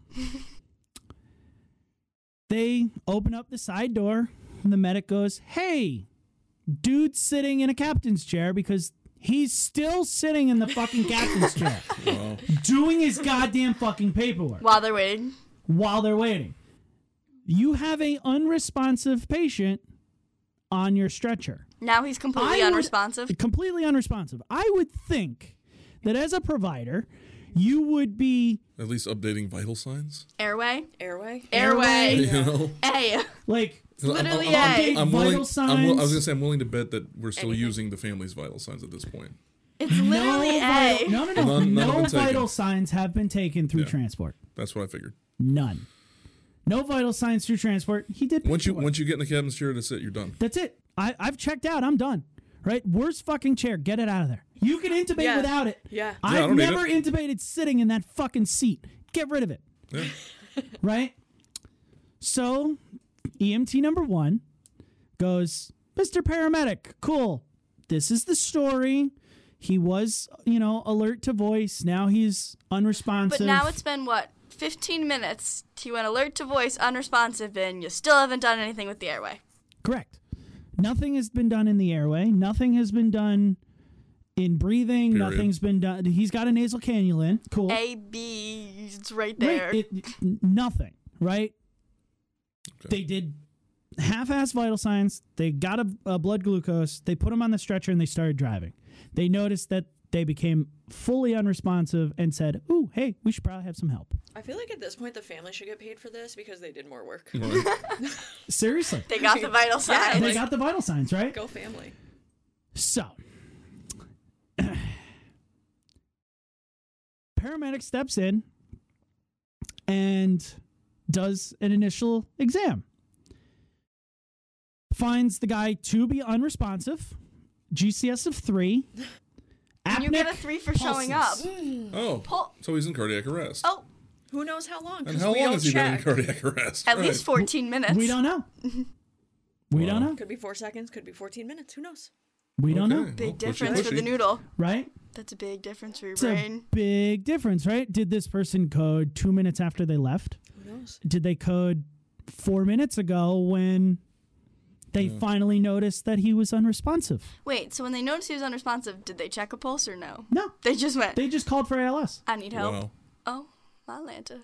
[SPEAKER 2] they open up the side door, and the medic goes, Hey, dude's sitting in a captain's chair because he's still sitting in the fucking captain's chair
[SPEAKER 1] Wow.
[SPEAKER 2] doing his goddamn fucking paperwork
[SPEAKER 3] While they're waiting.
[SPEAKER 2] while they're waiting. You have a unresponsive patient on your stretcher.
[SPEAKER 3] Now he's completely
[SPEAKER 2] I would-
[SPEAKER 3] unresponsive.
[SPEAKER 2] Completely unresponsive. I would think that as a provider, you would be
[SPEAKER 1] At least updating vital signs.
[SPEAKER 3] Airway.
[SPEAKER 4] Airway.
[SPEAKER 3] Airway.
[SPEAKER 1] You know.
[SPEAKER 3] Hey.
[SPEAKER 2] like
[SPEAKER 3] Literally,
[SPEAKER 1] I'm, I'm,
[SPEAKER 3] yeah.
[SPEAKER 1] I'm, I'm willing,
[SPEAKER 2] Vital
[SPEAKER 1] I'm will- i
[SPEAKER 2] signs.
[SPEAKER 1] was gonna say I'm willing to bet that we're still
[SPEAKER 4] Anything.
[SPEAKER 1] using the family's vital signs at this point.
[SPEAKER 3] It's literally
[SPEAKER 2] no,
[SPEAKER 3] A.
[SPEAKER 2] vital, no, no, no,
[SPEAKER 1] None- none have
[SPEAKER 2] no
[SPEAKER 1] been taken.
[SPEAKER 2] vital signs have been taken through transport.
[SPEAKER 1] That's what I figured.
[SPEAKER 2] None. No vital signs through transport. He did.
[SPEAKER 1] Once you
[SPEAKER 2] paperwork.
[SPEAKER 1] once you get in the cabin's chair, that's it. You're done.
[SPEAKER 2] That's it. I, I've checked out. I'm done. Right? Worst fucking chair. Get it out of there. You can intubate
[SPEAKER 4] Yeah.
[SPEAKER 2] without it.
[SPEAKER 4] Yeah.
[SPEAKER 1] I
[SPEAKER 2] I've
[SPEAKER 1] don't need
[SPEAKER 2] never
[SPEAKER 1] it.
[SPEAKER 2] intubated sitting in that fucking seat. Get rid of it.
[SPEAKER 1] Yeah.
[SPEAKER 2] Right? So, EMT number one goes, Mr. Paramedic, cool. This is the story. He was, you know, alert to voice. Now he's unresponsive.
[SPEAKER 3] But now it's been what? 15 minutes to an alert to voice unresponsive, and you still haven't done anything with the airway.
[SPEAKER 2] Correct. Nothing has been done in the airway. Nothing has been done in breathing.
[SPEAKER 1] Period.
[SPEAKER 2] Nothing's been done. He's got a nasal cannula in. Cool.
[SPEAKER 3] A, B, it's right
[SPEAKER 2] Right,
[SPEAKER 3] there.
[SPEAKER 2] it- n- nothing, right?
[SPEAKER 1] Okay.
[SPEAKER 2] They did half ass vital signs. They got a, a blood glucose. They put him on the stretcher and they started driving. They noticed that they became fully unresponsive and said, Ooh, hey, we should probably have some help.
[SPEAKER 4] I feel like at this point the family should get paid for this because they did more work.
[SPEAKER 1] Right.
[SPEAKER 2] Seriously.
[SPEAKER 3] they got the vital
[SPEAKER 4] Yeah,
[SPEAKER 3] sign.
[SPEAKER 2] they
[SPEAKER 4] like-
[SPEAKER 2] got the vital signs, right?
[SPEAKER 4] Go family.
[SPEAKER 2] So, paramedic steps in and does an initial exam. Finds the guy to be unresponsive, GCS of three.
[SPEAKER 3] And you get a
[SPEAKER 2] apneic
[SPEAKER 3] three for showing up.
[SPEAKER 2] pulses.
[SPEAKER 1] Oh,
[SPEAKER 3] Pull-
[SPEAKER 1] so he's in cardiac arrest.
[SPEAKER 3] Oh,
[SPEAKER 4] Who knows how long?
[SPEAKER 1] and
[SPEAKER 4] 'cause
[SPEAKER 1] how
[SPEAKER 4] we
[SPEAKER 1] long
[SPEAKER 4] don't
[SPEAKER 1] has he been in
[SPEAKER 4] check.
[SPEAKER 1] cardiac arrest?
[SPEAKER 3] at
[SPEAKER 1] Right.
[SPEAKER 3] least 14 minutes.
[SPEAKER 2] We don't know. We don't know.
[SPEAKER 4] Could be four seconds. Could be 14 minutes. Who knows?
[SPEAKER 2] We don't
[SPEAKER 1] Okay,
[SPEAKER 2] know.
[SPEAKER 1] well,
[SPEAKER 3] Big
[SPEAKER 1] pushy,
[SPEAKER 3] difference for the
[SPEAKER 1] pushy.
[SPEAKER 3] noodle.
[SPEAKER 2] Right?
[SPEAKER 3] That's a big difference for your
[SPEAKER 2] It's a
[SPEAKER 3] brain.
[SPEAKER 2] big difference, right? Did this person code two minutes after they left?
[SPEAKER 4] Who knows?
[SPEAKER 2] Did they code four minutes ago when they finally noticed that he was unresponsive?
[SPEAKER 3] Wait, so when they noticed he was unresponsive, did they check a pulse or no?
[SPEAKER 2] No.
[SPEAKER 3] They just went,
[SPEAKER 2] They just called for ALS.
[SPEAKER 3] I need help.
[SPEAKER 1] Wow.
[SPEAKER 3] Oh, my Lanta.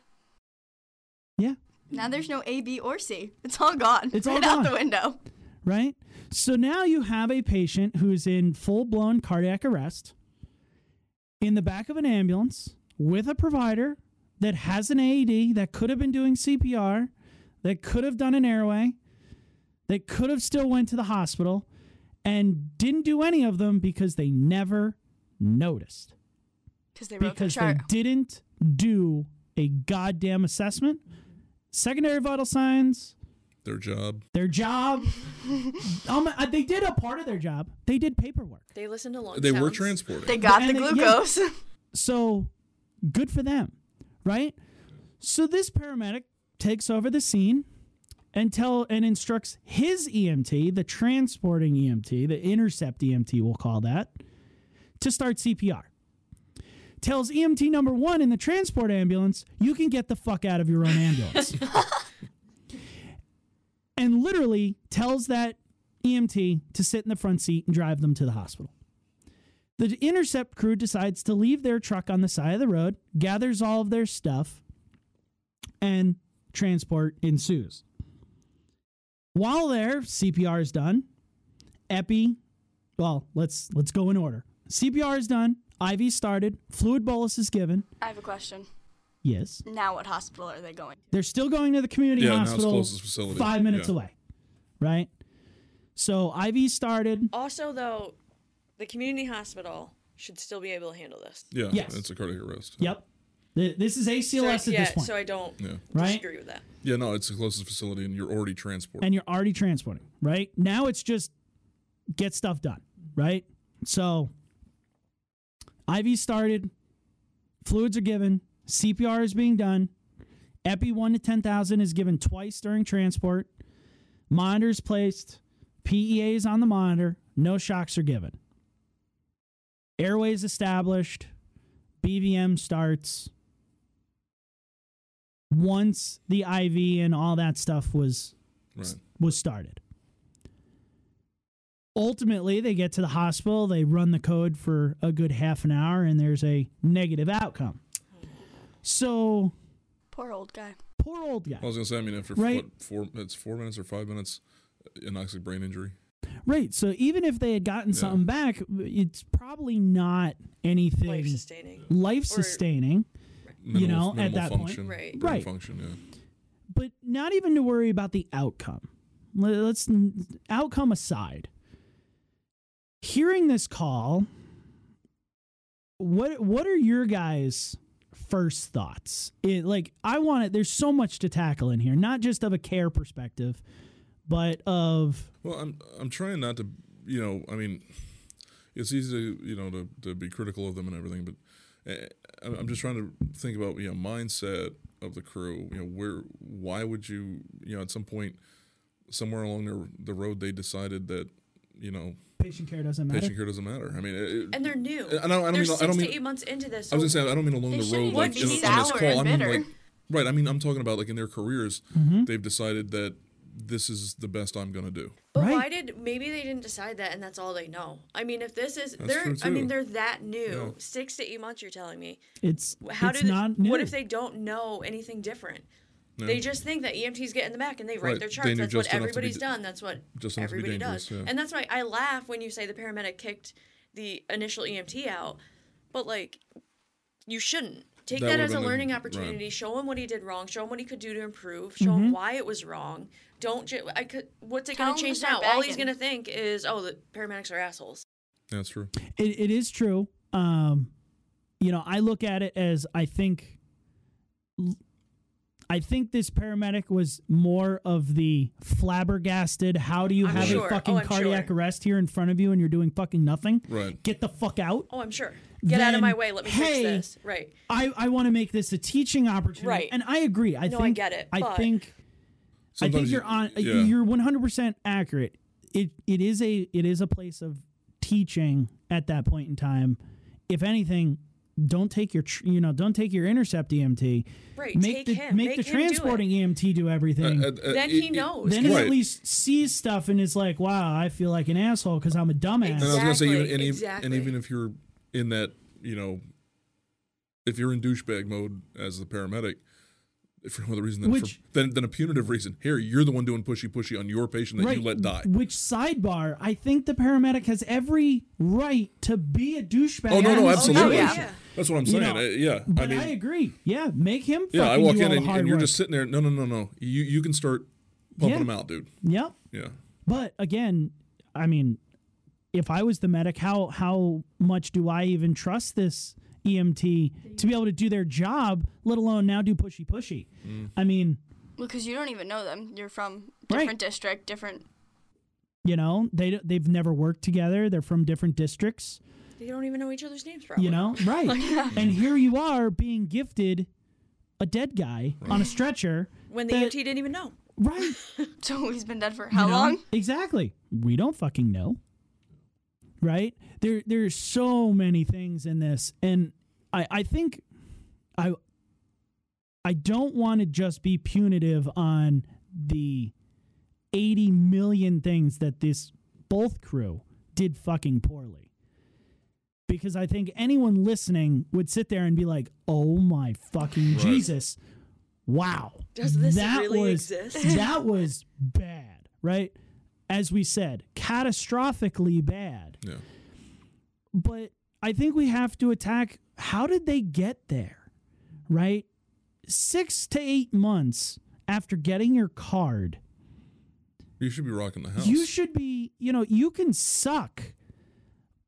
[SPEAKER 2] Yeah.
[SPEAKER 3] Now there's no A, B, or C. It's all gone.
[SPEAKER 2] Mm. It's all
[SPEAKER 3] right out
[SPEAKER 2] gone.
[SPEAKER 3] the window.
[SPEAKER 2] right? So now you have a patient who's in full blown cardiac arrest in the back of an ambulance with a provider that has an AED that could have been doing CPR, that could have done an airway, that could have still went to the hospital and didn't do any of them because they never noticed
[SPEAKER 3] Because they wrote the
[SPEAKER 2] because they
[SPEAKER 3] chart.
[SPEAKER 2] didn't do a goddamn assessment. Secondary vital signs,
[SPEAKER 1] Their job.
[SPEAKER 2] their job. um, uh, they did a part of their job. They did paperwork.
[SPEAKER 4] They listen to long
[SPEAKER 1] They were
[SPEAKER 4] sounds.
[SPEAKER 1] transported.
[SPEAKER 3] They got
[SPEAKER 2] And they-
[SPEAKER 3] the
[SPEAKER 2] yeah.
[SPEAKER 3] glucose.
[SPEAKER 2] So good for them, right? So this paramedic takes over the scene and tell and instructs his EMT, the transporting EMT, the intercept EMT, we'll call that, to start CPR. Tells EMT number one in the transport ambulance, you can get the fuck out of your own ambulance. and literally tells that EMT to sit in the front seat and drive them to the hospital. The intercept crew decides to leave their truck on the side of the road, gathers all of their stuff, and transport ensues. While there, CPR is done. Epi, well, let's let's go in order. CPR is done. IV started. Fluid bolus is given.
[SPEAKER 3] I have a question.
[SPEAKER 2] Yes,
[SPEAKER 3] Now what hospital are they going?
[SPEAKER 2] they're still going to the community
[SPEAKER 1] Yeah, now it's
[SPEAKER 2] hospital,
[SPEAKER 1] closest facility.
[SPEAKER 2] five minutes
[SPEAKER 1] Yeah.
[SPEAKER 2] away, right? So IV started.
[SPEAKER 4] Also, though, the community hospital should still be able to handle this.
[SPEAKER 1] Yeah,
[SPEAKER 2] Yes.
[SPEAKER 1] it's a cardiac arrest.
[SPEAKER 2] Yep, Th- this is ACLS
[SPEAKER 4] So
[SPEAKER 2] at
[SPEAKER 4] I- yeah,
[SPEAKER 2] this point.
[SPEAKER 4] so I don't
[SPEAKER 1] Yeah.
[SPEAKER 2] Right?
[SPEAKER 4] disagree with that.
[SPEAKER 1] Yeah, no, it's the closest facility, and you're already transported.
[SPEAKER 2] and you're already transporting, right? Now it's just get stuff done, right? So IV started, fluids are given, CPR is being done, Epi 1 to 10,000 is given twice during transport, monitors placed, PEA is on the monitor, no shocks are given. Airways established, BVM starts, once the IV and all that stuff was
[SPEAKER 1] right.
[SPEAKER 2] was started. Ultimately, they get to the hospital, they run the code for a good half an hour, and there's a negative outcome. So,
[SPEAKER 3] Poor old guy.
[SPEAKER 2] poor old
[SPEAKER 1] I
[SPEAKER 2] guy.
[SPEAKER 1] was gonna say, I mean, after
[SPEAKER 2] Right.
[SPEAKER 1] what, four, it's four minutes or five minutes, anoxic brain injury.
[SPEAKER 2] Right. So, even if they had gotten
[SPEAKER 1] Yeah.
[SPEAKER 2] something back, it's probably not anything
[SPEAKER 4] Life sustaining.
[SPEAKER 2] life sustaining,
[SPEAKER 1] Minimal,
[SPEAKER 2] You know, at
[SPEAKER 1] minimal
[SPEAKER 2] that point.
[SPEAKER 1] function,
[SPEAKER 4] Right.
[SPEAKER 1] brain
[SPEAKER 2] Right.
[SPEAKER 1] function. Yeah,
[SPEAKER 2] but not even to worry about the outcome. Let- Let's outcome aside. Hearing this call, what what are your guys' first thoughts? It, like I want it. There's so much to tackle in here, not just of a care perspective, but of
[SPEAKER 1] well, I'm I'm trying not to, you know, I mean, it's easy to you know to, to be critical of them and everything, but eh, I'm I'm just trying to think about you know mindset of the crew. You know, where why would you you know at some point somewhere along the the road they decided that you know
[SPEAKER 2] patient care doesn't matter.
[SPEAKER 1] patient care doesn't matter. I mean, it,
[SPEAKER 4] And they're new.
[SPEAKER 1] I don't- I don't
[SPEAKER 4] they're
[SPEAKER 1] mean- I
[SPEAKER 4] six
[SPEAKER 1] don't
[SPEAKER 4] to
[SPEAKER 1] mean-
[SPEAKER 4] eight months into this.
[SPEAKER 1] I was
[SPEAKER 4] so
[SPEAKER 1] gonna say I don't mean along
[SPEAKER 3] They
[SPEAKER 1] the road
[SPEAKER 3] shouldn't
[SPEAKER 1] like
[SPEAKER 3] even
[SPEAKER 1] in-
[SPEAKER 3] be
[SPEAKER 1] on this
[SPEAKER 3] sour
[SPEAKER 1] call. I
[SPEAKER 3] and
[SPEAKER 1] mean
[SPEAKER 3] bitter.
[SPEAKER 1] like right. I mean I'm talking about like in their careers,
[SPEAKER 2] Mm-hmm.
[SPEAKER 1] they've decided that this is the best I'm gonna do.
[SPEAKER 4] But
[SPEAKER 2] Right.
[SPEAKER 4] why did maybe they didn't decide that and that's all they know? I mean, if this is they're
[SPEAKER 1] true,
[SPEAKER 4] I mean
[SPEAKER 1] too.
[SPEAKER 4] they're that new,
[SPEAKER 1] Yeah.
[SPEAKER 4] six to eight months. You're telling me
[SPEAKER 2] It's
[SPEAKER 4] how
[SPEAKER 2] it's
[SPEAKER 4] do they,
[SPEAKER 2] not new.
[SPEAKER 4] what if they don't know anything different? They just think that EMTs get in the back and they write
[SPEAKER 1] Right,
[SPEAKER 4] their
[SPEAKER 1] they
[SPEAKER 4] charts.
[SPEAKER 1] knew
[SPEAKER 4] That's what
[SPEAKER 1] just enough to be
[SPEAKER 4] everybody's
[SPEAKER 1] d-
[SPEAKER 4] done. That's what
[SPEAKER 1] just enough to be
[SPEAKER 4] everybody does.
[SPEAKER 1] dangerous, yeah.
[SPEAKER 4] And that's why I laugh when you say the paramedic kicked the initial EMT out. But like, you shouldn't take
[SPEAKER 1] That
[SPEAKER 4] that,
[SPEAKER 1] would've
[SPEAKER 4] as a
[SPEAKER 1] been a-
[SPEAKER 4] learning
[SPEAKER 1] right.
[SPEAKER 4] opportunity. Show him what he did wrong. Show him what he could do to improve. Show
[SPEAKER 2] Mm-hmm.
[SPEAKER 4] him why it was wrong. Don't. Ju- I could. What's it
[SPEAKER 3] Tell
[SPEAKER 4] going
[SPEAKER 3] him
[SPEAKER 4] to
[SPEAKER 3] to
[SPEAKER 4] change now?
[SPEAKER 3] start
[SPEAKER 4] All he's
[SPEAKER 3] bagging.
[SPEAKER 4] going to think is, oh, the paramedics are assholes.
[SPEAKER 1] That's true.
[SPEAKER 2] It, it is true. Um, you know, I look at it as I think, I I think this paramedic was more of the flabbergasted, how do you
[SPEAKER 4] I'm
[SPEAKER 2] have
[SPEAKER 4] sure.
[SPEAKER 2] a
[SPEAKER 4] Oh,
[SPEAKER 2] fucking
[SPEAKER 4] I'm
[SPEAKER 2] cardiac
[SPEAKER 4] sure.
[SPEAKER 2] arrest here in front of you and you're doing fucking nothing?
[SPEAKER 1] Right.
[SPEAKER 2] Get the fuck out.
[SPEAKER 4] Oh, I'm sure. Get out
[SPEAKER 2] Then,
[SPEAKER 4] of my way. Let me
[SPEAKER 2] hey,
[SPEAKER 4] fix this. Right.
[SPEAKER 2] I, I want to make this a teaching opportunity.
[SPEAKER 4] Right.
[SPEAKER 2] And I agree. I
[SPEAKER 4] No, I
[SPEAKER 2] think
[SPEAKER 4] get it,
[SPEAKER 2] I
[SPEAKER 4] but-
[SPEAKER 2] think I think
[SPEAKER 1] Sometimes
[SPEAKER 2] you're
[SPEAKER 1] you-
[SPEAKER 2] on
[SPEAKER 1] yeah.
[SPEAKER 2] you're 100% accurate. It it is a it is a place of teaching at that point in time. If anything, don't take your tr- you know, don't take your intercept EMT.
[SPEAKER 4] Right,
[SPEAKER 2] Make
[SPEAKER 4] take
[SPEAKER 2] the
[SPEAKER 4] him,
[SPEAKER 2] make,
[SPEAKER 4] make
[SPEAKER 2] the
[SPEAKER 4] him do it.
[SPEAKER 2] transporting EMT do everything.
[SPEAKER 1] Uh, uh, it-
[SPEAKER 4] Then he
[SPEAKER 1] it-
[SPEAKER 4] knows.
[SPEAKER 2] then he
[SPEAKER 1] Right.
[SPEAKER 2] at least sees stuff and is like, "Wow, I feel like an asshole because I'm a
[SPEAKER 1] And
[SPEAKER 2] dumbass."
[SPEAKER 1] I was gonna say, even,
[SPEAKER 4] Exactly,
[SPEAKER 1] and, even, and
[SPEAKER 4] exactly.
[SPEAKER 1] even if you're in that, you know, if you're in douchebag mode as the paramedic, for no other reason than,
[SPEAKER 2] Which-
[SPEAKER 1] for, than, than a punitive reason, here you're the one doing pushy pushy on your patient that you let die.
[SPEAKER 2] Which sidebar? I think the paramedic has every right to be a douchebag.
[SPEAKER 1] oh no,
[SPEAKER 2] in
[SPEAKER 1] no,
[SPEAKER 2] this
[SPEAKER 1] absolutely.
[SPEAKER 2] situation.
[SPEAKER 4] yeah. Yeah.
[SPEAKER 1] That's what I'm
[SPEAKER 2] You
[SPEAKER 1] saying.
[SPEAKER 2] know,
[SPEAKER 1] I- yeah,
[SPEAKER 2] But
[SPEAKER 1] I mean,
[SPEAKER 2] agree. Yeah, make him.
[SPEAKER 1] yeah, I
[SPEAKER 2] fucking
[SPEAKER 1] walk
[SPEAKER 2] do all
[SPEAKER 1] in
[SPEAKER 2] the
[SPEAKER 1] and,
[SPEAKER 2] hard
[SPEAKER 1] and you're
[SPEAKER 2] work.
[SPEAKER 1] just sitting there. No, no, no, no. You you can start pumping
[SPEAKER 2] Yeah.
[SPEAKER 1] them out, dude.
[SPEAKER 2] Yep.
[SPEAKER 1] Yeah.
[SPEAKER 2] But again, I mean, if I was the medic, how how much do I even trust this EMT to be able to do their job? Let alone now do pushy pushy. I mean,
[SPEAKER 3] Because you don't even know them. You're from
[SPEAKER 2] Right.
[SPEAKER 3] different district, different.
[SPEAKER 2] you know, they don't- they've never worked together. They're from different districts.
[SPEAKER 4] They don't even know each other's names, probably.
[SPEAKER 2] You know, right? And here you are being gifted a dead guy on a stretcher.
[SPEAKER 4] When the E
[SPEAKER 2] that-
[SPEAKER 4] EMT didn't even know.
[SPEAKER 1] Oh,
[SPEAKER 2] right?
[SPEAKER 3] So he's been dead for how
[SPEAKER 2] You know?
[SPEAKER 3] long?
[SPEAKER 2] Exactly. We don't fucking know. Right? There there's so many things in this and I I think I I don't want to just be punitive on the 80 million things that this both crew did fucking poorly. Because I think anyone listening would sit there and be like, "Oh my fucking Jesus. Wow.
[SPEAKER 4] Does this really
[SPEAKER 2] was,
[SPEAKER 4] exist?
[SPEAKER 2] That was bad, right? As we said, catastrophically bad.
[SPEAKER 1] Yeah.
[SPEAKER 2] But I think we have to attack how did they get there? Right? 6 to 8 months after getting your card,
[SPEAKER 1] You should be rocking the house.
[SPEAKER 2] you should be, you know, you can suck,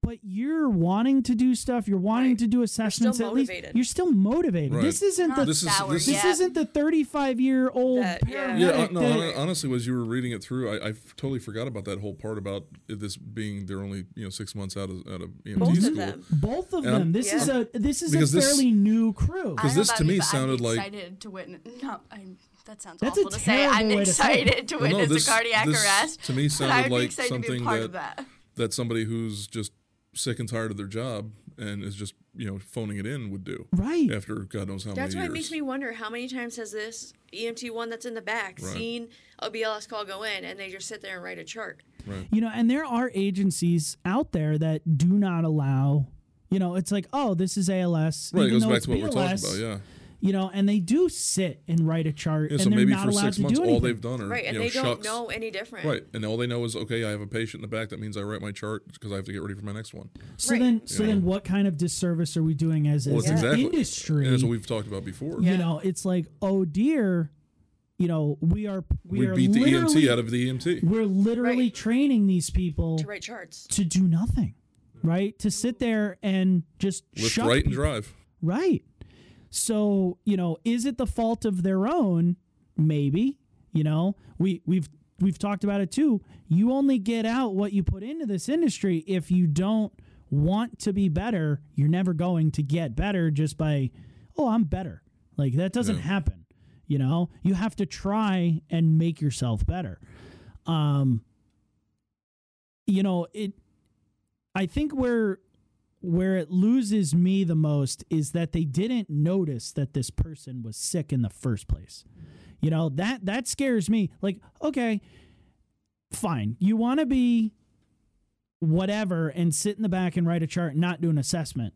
[SPEAKER 2] but you're wanting to do stuff. You're wanting
[SPEAKER 4] Right.
[SPEAKER 2] to do assessments. at least
[SPEAKER 4] motivated.
[SPEAKER 2] you're still motivated.
[SPEAKER 1] Right.
[SPEAKER 2] This isn't
[SPEAKER 3] Not
[SPEAKER 2] the
[SPEAKER 1] This is-
[SPEAKER 3] sour
[SPEAKER 1] this is-
[SPEAKER 2] this
[SPEAKER 3] yet.
[SPEAKER 2] isn't the 35 year old
[SPEAKER 4] That- yeah.
[SPEAKER 2] paramedic.
[SPEAKER 1] Yeah, uh, no. hon-
[SPEAKER 2] that-
[SPEAKER 1] Honestly, as you were reading it through, I, I f- totally forgot about that whole part about it- this being they're only you know six months out of out of EMT
[SPEAKER 4] Both
[SPEAKER 1] school.
[SPEAKER 4] of them.
[SPEAKER 2] both of
[SPEAKER 1] And I'm-
[SPEAKER 2] them. This is
[SPEAKER 1] Yeah.
[SPEAKER 2] a this is
[SPEAKER 1] Because
[SPEAKER 2] a
[SPEAKER 1] this-
[SPEAKER 2] fairly new crew.
[SPEAKER 3] I don't know
[SPEAKER 1] this
[SPEAKER 3] about
[SPEAKER 1] to
[SPEAKER 3] you,
[SPEAKER 1] me
[SPEAKER 3] but I'd be
[SPEAKER 1] sounded like-
[SPEAKER 3] excited to witness. No, I'm, that sounds
[SPEAKER 2] That's a
[SPEAKER 3] awful to say.
[SPEAKER 2] terrible
[SPEAKER 3] I'm
[SPEAKER 2] way to say it.
[SPEAKER 3] excited to
[SPEAKER 1] Well, no,
[SPEAKER 3] witness
[SPEAKER 1] this-
[SPEAKER 3] a cardiac
[SPEAKER 1] this
[SPEAKER 3] arrest.
[SPEAKER 1] to me
[SPEAKER 3] but
[SPEAKER 1] sounded
[SPEAKER 3] I would be
[SPEAKER 1] like
[SPEAKER 3] excited to
[SPEAKER 1] something
[SPEAKER 3] be a part of
[SPEAKER 1] that-
[SPEAKER 3] that.
[SPEAKER 1] That somebody who's just sick and tired of their job and is just you know phoning it in would do
[SPEAKER 2] Right.
[SPEAKER 1] after God knows how
[SPEAKER 4] That's why
[SPEAKER 1] many
[SPEAKER 4] it makes
[SPEAKER 1] years.
[SPEAKER 4] me wonder how many times has this EMT one that's in the back
[SPEAKER 1] Right.
[SPEAKER 4] seen a BLS call go in and they just sit there and write a chart.
[SPEAKER 1] Mm,
[SPEAKER 2] You know, and there are agencies out there that do not allow. You know, it's like, oh, this is ALS.
[SPEAKER 1] right, it
[SPEAKER 2] even
[SPEAKER 1] goes
[SPEAKER 2] though
[SPEAKER 1] back
[SPEAKER 2] it's
[SPEAKER 1] to what we're
[SPEAKER 2] BLS,
[SPEAKER 1] talking about. Yeah.
[SPEAKER 2] You know, and they do sit and write a chart,
[SPEAKER 1] Yeah,
[SPEAKER 2] and
[SPEAKER 1] so
[SPEAKER 2] they're
[SPEAKER 1] maybe
[SPEAKER 2] not
[SPEAKER 1] for
[SPEAKER 2] allowed
[SPEAKER 1] six
[SPEAKER 2] to
[SPEAKER 1] months,
[SPEAKER 2] do
[SPEAKER 1] all
[SPEAKER 2] anything.
[SPEAKER 1] they've done are
[SPEAKER 4] Right, and
[SPEAKER 1] you know,
[SPEAKER 4] they don't
[SPEAKER 1] shucks.
[SPEAKER 4] know any different.
[SPEAKER 1] Right, and all they know is okay. I have a patient in the back. That means I write my chart because I have to get ready for my next one.
[SPEAKER 2] so
[SPEAKER 4] Right.
[SPEAKER 2] then, so
[SPEAKER 1] Yeah.
[SPEAKER 2] then, what kind of disservice are we doing as,
[SPEAKER 1] Well,
[SPEAKER 2] as
[SPEAKER 1] it's
[SPEAKER 2] an
[SPEAKER 1] exactly
[SPEAKER 2] industry?
[SPEAKER 1] And that's what we've talked about before.
[SPEAKER 2] You know, it's like, oh dear, you know, we are we,
[SPEAKER 1] We
[SPEAKER 2] are
[SPEAKER 1] beat the
[SPEAKER 2] literally-
[SPEAKER 1] EMT out of the E EMT.
[SPEAKER 2] We're literally
[SPEAKER 4] Right.
[SPEAKER 2] training these people
[SPEAKER 4] To write charts.
[SPEAKER 2] to do nothing, right? To sit there and just
[SPEAKER 1] Lift
[SPEAKER 2] shut
[SPEAKER 1] right and
[SPEAKER 2] people-
[SPEAKER 1] drive.
[SPEAKER 2] Right. So, you know, is it the fault of their own? Maybe. You know, we we've we've talked about it too. You only get out what you put into this industry. If you don't want to be better, you're never going to get better just by, oh, I'm better. Like that doesn't
[SPEAKER 1] Yeah.
[SPEAKER 2] happen. You know, you have to try and make yourself better. Um you know, it I think where where it loses me the most is that they didn't notice that this person was sick in the first place. You know, that that scares me. Like, okay, fine. You want to be whatever and sit in the back and write a chart and not do an assessment.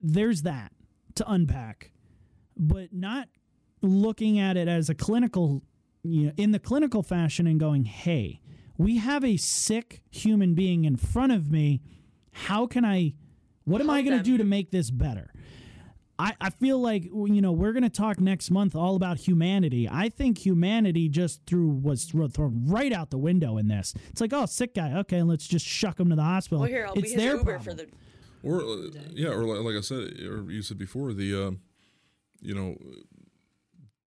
[SPEAKER 2] There's that to unpack. But not looking at it as a clinical you know, in the clinical fashion and going, "Hey, we have a sick human being in front of me. How can I what am I
[SPEAKER 4] Help
[SPEAKER 2] going to
[SPEAKER 4] them.
[SPEAKER 2] do to make this better?" I, I feel like you know we're going to talk next month all about humanity. I think humanity just threw was thro- thrown right out the window in this. It's like, oh, sick guy. Okay, let's just shuck him to the hospital.
[SPEAKER 4] Well, here I'll
[SPEAKER 2] it's
[SPEAKER 4] be his
[SPEAKER 2] their
[SPEAKER 4] Uber
[SPEAKER 2] problem.
[SPEAKER 4] for the.
[SPEAKER 1] Or uh, yeah, or like, like I said, or you said before, the um, you know, uh,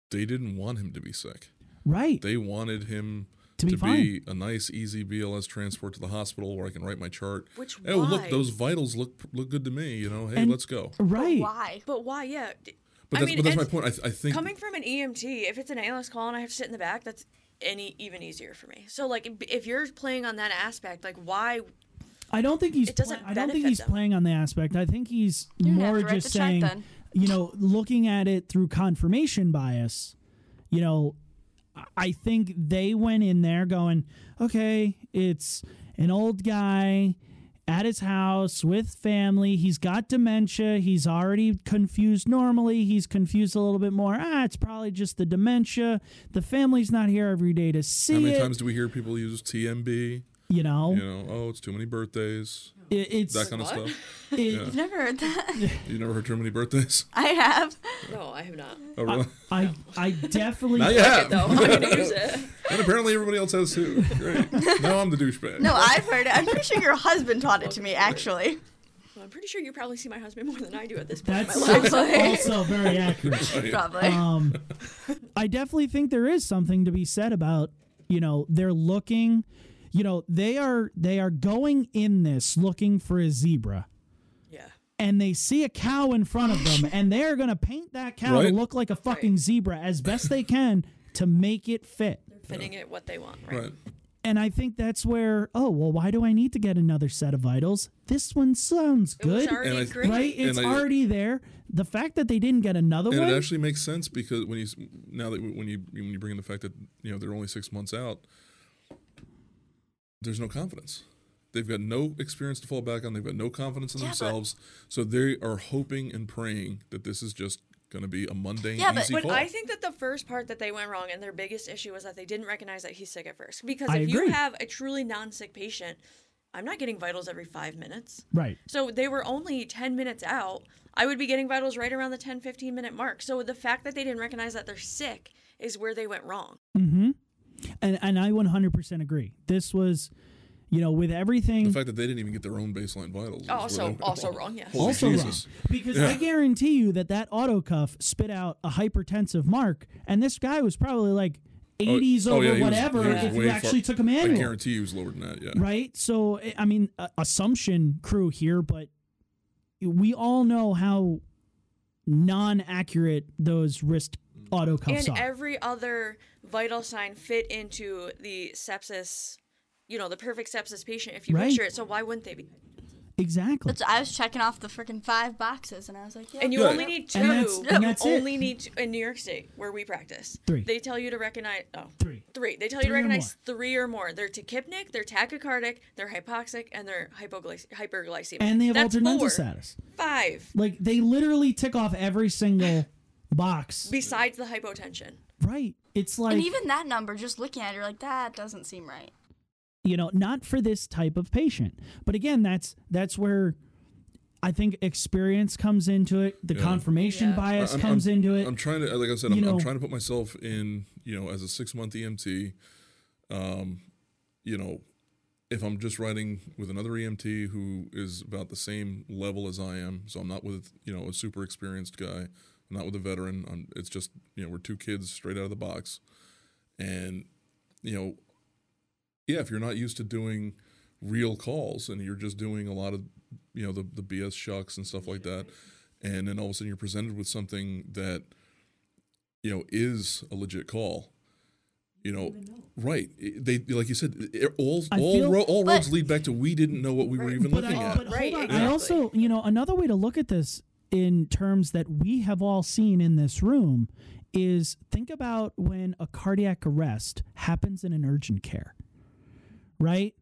[SPEAKER 1] they didn't want him to be sick.
[SPEAKER 2] Right.
[SPEAKER 1] They wanted him
[SPEAKER 2] To be
[SPEAKER 1] a nice, easy BLS transport to the hospital where I can write my chart.
[SPEAKER 4] Which
[SPEAKER 1] oh look,
[SPEAKER 4] why?
[SPEAKER 1] those vitals look look good to me. You know, hey,
[SPEAKER 2] And-
[SPEAKER 1] let's go.
[SPEAKER 2] right.
[SPEAKER 3] Why?
[SPEAKER 4] But why? Yeah. d-
[SPEAKER 1] But
[SPEAKER 4] I
[SPEAKER 1] that's
[SPEAKER 4] mean,
[SPEAKER 1] but that's my
[SPEAKER 4] and
[SPEAKER 1] point. I, th- I think
[SPEAKER 4] Coming from an EMT, if it's an ALS call and I have to sit in the back, that's any even easier for me. So like, if- if you're playing on that aspect, like why?
[SPEAKER 2] I don't think he's.
[SPEAKER 4] It doesn't
[SPEAKER 2] pla- I don't think
[SPEAKER 4] benefit
[SPEAKER 2] he's
[SPEAKER 4] them.
[SPEAKER 2] playing on the aspect. I think he's
[SPEAKER 3] don't have
[SPEAKER 2] more
[SPEAKER 3] to write
[SPEAKER 2] just
[SPEAKER 3] the check
[SPEAKER 2] saying,
[SPEAKER 3] then.
[SPEAKER 2] you know, looking at it through confirmation bias. You know, I- I think they went in there going, okay, it's an old guy at his house with family. He's got dementia. He's already confused normally. He's confused a little bit more. Ah, it's probably just the dementia. The family's not here every day to see
[SPEAKER 1] how many
[SPEAKER 2] it.
[SPEAKER 1] times do we hear people use TMB?
[SPEAKER 2] you know,
[SPEAKER 1] You know, oh, it's too many birthdays,
[SPEAKER 2] It- it's
[SPEAKER 1] that kind of
[SPEAKER 4] What?
[SPEAKER 1] stuff.
[SPEAKER 2] it-
[SPEAKER 3] I've never heard that.
[SPEAKER 1] You never heard too many birthdays.
[SPEAKER 3] I have.
[SPEAKER 4] No, I have not.
[SPEAKER 1] Oh, really?
[SPEAKER 2] I I definitely
[SPEAKER 1] now you have,
[SPEAKER 4] No, I'm gonna use it.
[SPEAKER 1] and apparently everybody else has too. Great. now I'm the douchebag.
[SPEAKER 3] No, I've heard it. I'm pretty sure your husband taught it to me, actually.
[SPEAKER 4] Well, I'm pretty sure you probably see my husband more than I do at this point.
[SPEAKER 2] That's
[SPEAKER 4] in my life.
[SPEAKER 2] also very accurate.
[SPEAKER 3] Probably.
[SPEAKER 2] Um, I definitely think there is something to be said about you know they're looking, you know they are they are going in this looking for a zebra,
[SPEAKER 4] Yeah.
[SPEAKER 2] and they see a cow in front of them, and they are going to paint that cow
[SPEAKER 1] Right.
[SPEAKER 2] to look like a fucking zebra as best they can to make it fit.
[SPEAKER 4] Fitting it what they want, right?
[SPEAKER 1] Right.
[SPEAKER 2] And I think that's where oh well why do I need to get another set of vitals? This one sounds
[SPEAKER 4] It was
[SPEAKER 2] good.
[SPEAKER 4] already
[SPEAKER 1] And I-
[SPEAKER 4] great.
[SPEAKER 2] Right, it's
[SPEAKER 1] I-
[SPEAKER 2] already there. The fact that they didn't get another
[SPEAKER 1] and
[SPEAKER 2] one,
[SPEAKER 1] it actually makes sense because when you s- now that when you when you bring in the fact that you know they're only six months out, there's no confidence. They've got no experience to fall back on. They've got no confidence in
[SPEAKER 3] Yeah, but-
[SPEAKER 1] themselves, so they are hoping and praying that this is just going to be a mundane,
[SPEAKER 3] Yeah, but
[SPEAKER 1] easy
[SPEAKER 3] when
[SPEAKER 1] call.
[SPEAKER 4] I think that the first part that they went wrong and their biggest issue was that they didn't recognize that he's sick at first. Because if
[SPEAKER 2] I agree.
[SPEAKER 4] you have a truly non sick patient, I'm not getting vitals every five minutes.
[SPEAKER 2] right?
[SPEAKER 4] So they were only 10 minutes out. I would be getting vitals right around the 10, 15 minute mark. So the fact that they didn't recognize that they're sick is where they went wrong.
[SPEAKER 2] and and I 100% agree. This was, you know, with
[SPEAKER 1] the
[SPEAKER 2] everything
[SPEAKER 1] fact that they didn't even get their own baseline vitals. is where
[SPEAKER 4] Also-
[SPEAKER 1] they went
[SPEAKER 4] also
[SPEAKER 1] wrong.
[SPEAKER 4] wrong, yes.
[SPEAKER 1] Holy
[SPEAKER 2] also
[SPEAKER 1] Jesus.
[SPEAKER 2] wrong because I guarantee you that that auto cuff spit out a hypertensive mark, and this guy was probably like 80s
[SPEAKER 1] oh,
[SPEAKER 2] over
[SPEAKER 1] yeah, he was-
[SPEAKER 2] whatever
[SPEAKER 1] he was
[SPEAKER 2] if
[SPEAKER 1] way
[SPEAKER 2] you actually
[SPEAKER 1] far-
[SPEAKER 2] took a
[SPEAKER 1] I
[SPEAKER 2] manual,
[SPEAKER 1] guarantee you was lower than that. Yeah.
[SPEAKER 2] right? So I- I mean, uh, assumption crew here, but we all know how non-accurate those wrist auto cuffs
[SPEAKER 4] and
[SPEAKER 2] are.
[SPEAKER 4] every other vital sign fit into the sepsis, you know, the perfect sepsis patient if you
[SPEAKER 2] Right.
[SPEAKER 4] picture it. So why wouldn't they be?
[SPEAKER 2] exactly.
[SPEAKER 3] That's- I was checking off the freaking five boxes, and I was like, yeah.
[SPEAKER 4] And you
[SPEAKER 1] Yeah.
[SPEAKER 4] only need two.
[SPEAKER 2] And that's- and that's
[SPEAKER 4] you
[SPEAKER 2] it.
[SPEAKER 4] only need two, in New York State where we practice.
[SPEAKER 2] Three.
[SPEAKER 4] They tell you to recognize. Oh,
[SPEAKER 2] Three.
[SPEAKER 4] Three. They tell you
[SPEAKER 2] Three
[SPEAKER 4] to
[SPEAKER 2] or
[SPEAKER 4] recognize three or more. They're tachypnic, they're tachycardic, they're hypoxic, and they're hypoglyc- hyperglycemic.
[SPEAKER 2] And they have
[SPEAKER 4] That's
[SPEAKER 2] altered mental
[SPEAKER 4] four.
[SPEAKER 2] status.
[SPEAKER 4] Five.
[SPEAKER 2] Like they literally tick off every single box.
[SPEAKER 4] Besides the hypotension.
[SPEAKER 2] Right. It's like
[SPEAKER 3] And even that number, just looking at it, you're like, that doesn't seem right.
[SPEAKER 2] you know, not for this type of patient. But again, that's that's where I think experience comes into it. The confirmation
[SPEAKER 4] Yeah.
[SPEAKER 2] bias
[SPEAKER 1] I'm-
[SPEAKER 2] comes
[SPEAKER 1] I'm-
[SPEAKER 2] into it.
[SPEAKER 1] I'm trying to, like I said,
[SPEAKER 2] You
[SPEAKER 1] I'm, I'm
[SPEAKER 2] know-
[SPEAKER 1] trying to put myself in, you know, as a six month EMT. Um, you know, if I'm just riding with another EMT who is about the same level as I am, so I'm not with, you know, a super experienced guy, I'm not with a veteran. I'm, it's just, you know, we're two kids straight out of the box, and you know, yeah, if you're not used to doing real calls and you're just doing a lot of, you know, the, the BS shucks and stuff like that, and then all of a sudden you're presented with something that, you know, is a legit call. You know, right? I- They like you said, i- all
[SPEAKER 2] I
[SPEAKER 1] all,
[SPEAKER 2] feel-
[SPEAKER 1] ro- all roads
[SPEAKER 3] But-
[SPEAKER 1] lead back to we didn't know what we were even
[SPEAKER 2] but
[SPEAKER 1] looking
[SPEAKER 2] I,
[SPEAKER 1] at.
[SPEAKER 2] but hold
[SPEAKER 4] Right,
[SPEAKER 2] on. I
[SPEAKER 4] exactly.
[SPEAKER 2] also, you know, another way to look at this in terms that we have all seen in this room is think about when a cardiac arrest happens in an urgent care. Right?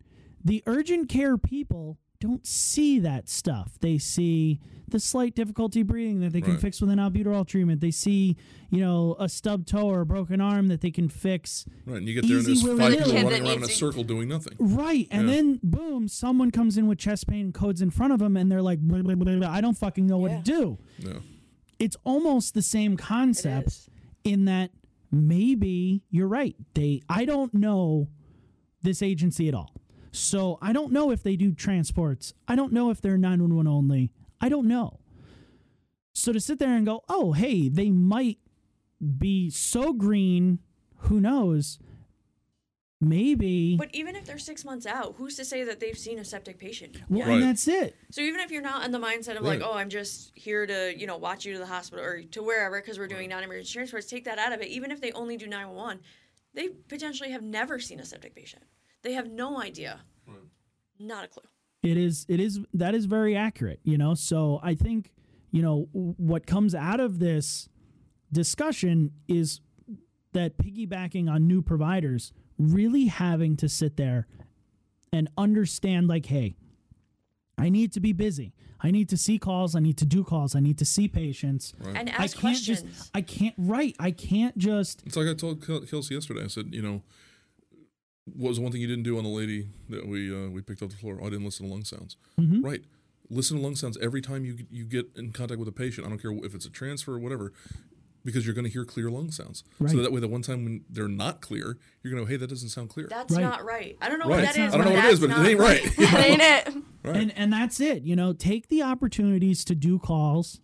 [SPEAKER 2] The urgent care people don't see that stuff. They see the slight difficulty breathing that they can
[SPEAKER 1] Right.
[SPEAKER 2] fix with an albuterol treatment. They see, you know, a stub toe or a broken arm that they can fix.
[SPEAKER 1] right, and you get there and there's
[SPEAKER 2] Easy
[SPEAKER 1] five
[SPEAKER 2] willy-nilly.
[SPEAKER 1] people
[SPEAKER 3] Kid that
[SPEAKER 1] running around in a
[SPEAKER 3] needs to-
[SPEAKER 1] circle doing nothing.
[SPEAKER 2] Right. And
[SPEAKER 1] Yeah.
[SPEAKER 2] then boom, someone comes in with chest pain and codes in front of them and they're like, "Blah, blah, blah, blah, I don't fucking know what
[SPEAKER 4] Yeah.
[SPEAKER 2] to do.
[SPEAKER 1] No,
[SPEAKER 2] It's almost the same concept in that maybe you're right. They I don't know this agency at all. So I don't know if they do transports. I don't know if they're 911 only. I don't know. So to sit there and go, "Oh, hey, they might be so green, who knows? Maybe.
[SPEAKER 4] But even if they're six months out, who's to say that they've seen a septic patient?
[SPEAKER 2] well,
[SPEAKER 1] Right.
[SPEAKER 2] and that's it.
[SPEAKER 4] So even if you're not in the mindset of
[SPEAKER 1] Right.
[SPEAKER 4] like, oh, I'm just here to, you know, watch you to the hospital or to wherever because we're doing non-emergency transports, take that out of it. Even if they only do 911, they potentially have never seen a septic patient. They have no idea. Not a clue.
[SPEAKER 2] It is. It is. That is very accurate. You know. So I think you know w- what comes out of this discussion is that piggybacking on new providers really having to sit there and understand like hey i need to be busy i need to see calls i need to do calls i need to see patients
[SPEAKER 4] And
[SPEAKER 2] i can't
[SPEAKER 4] ask questions.
[SPEAKER 2] just i can't right i can't just
[SPEAKER 1] It's like I told Kel- Kelsey yesterday. I said, you know, what was the one thing you didn't do on the lady that we uh, we picked up the floor? Oh, I didn't listen to lung sounds.
[SPEAKER 2] Mm-hmm.
[SPEAKER 1] Right. Listen to lung sounds every time you you get in contact with a patient. I don't care if it's a transfer or whatever, because you're going to hear clear lung sounds. So
[SPEAKER 2] Right.
[SPEAKER 1] that way, the one time when they're not clear, you're going to go, hey, that doesn't sound clear.
[SPEAKER 4] That's
[SPEAKER 2] Right.
[SPEAKER 4] not right. I don't know
[SPEAKER 1] right.
[SPEAKER 4] what that is.
[SPEAKER 1] I don't know what it
[SPEAKER 4] that's
[SPEAKER 1] is, but
[SPEAKER 4] not
[SPEAKER 1] it ain't right.
[SPEAKER 3] That ain't it.
[SPEAKER 1] Right.
[SPEAKER 2] And and that's it. You know, take the opportunities to do calls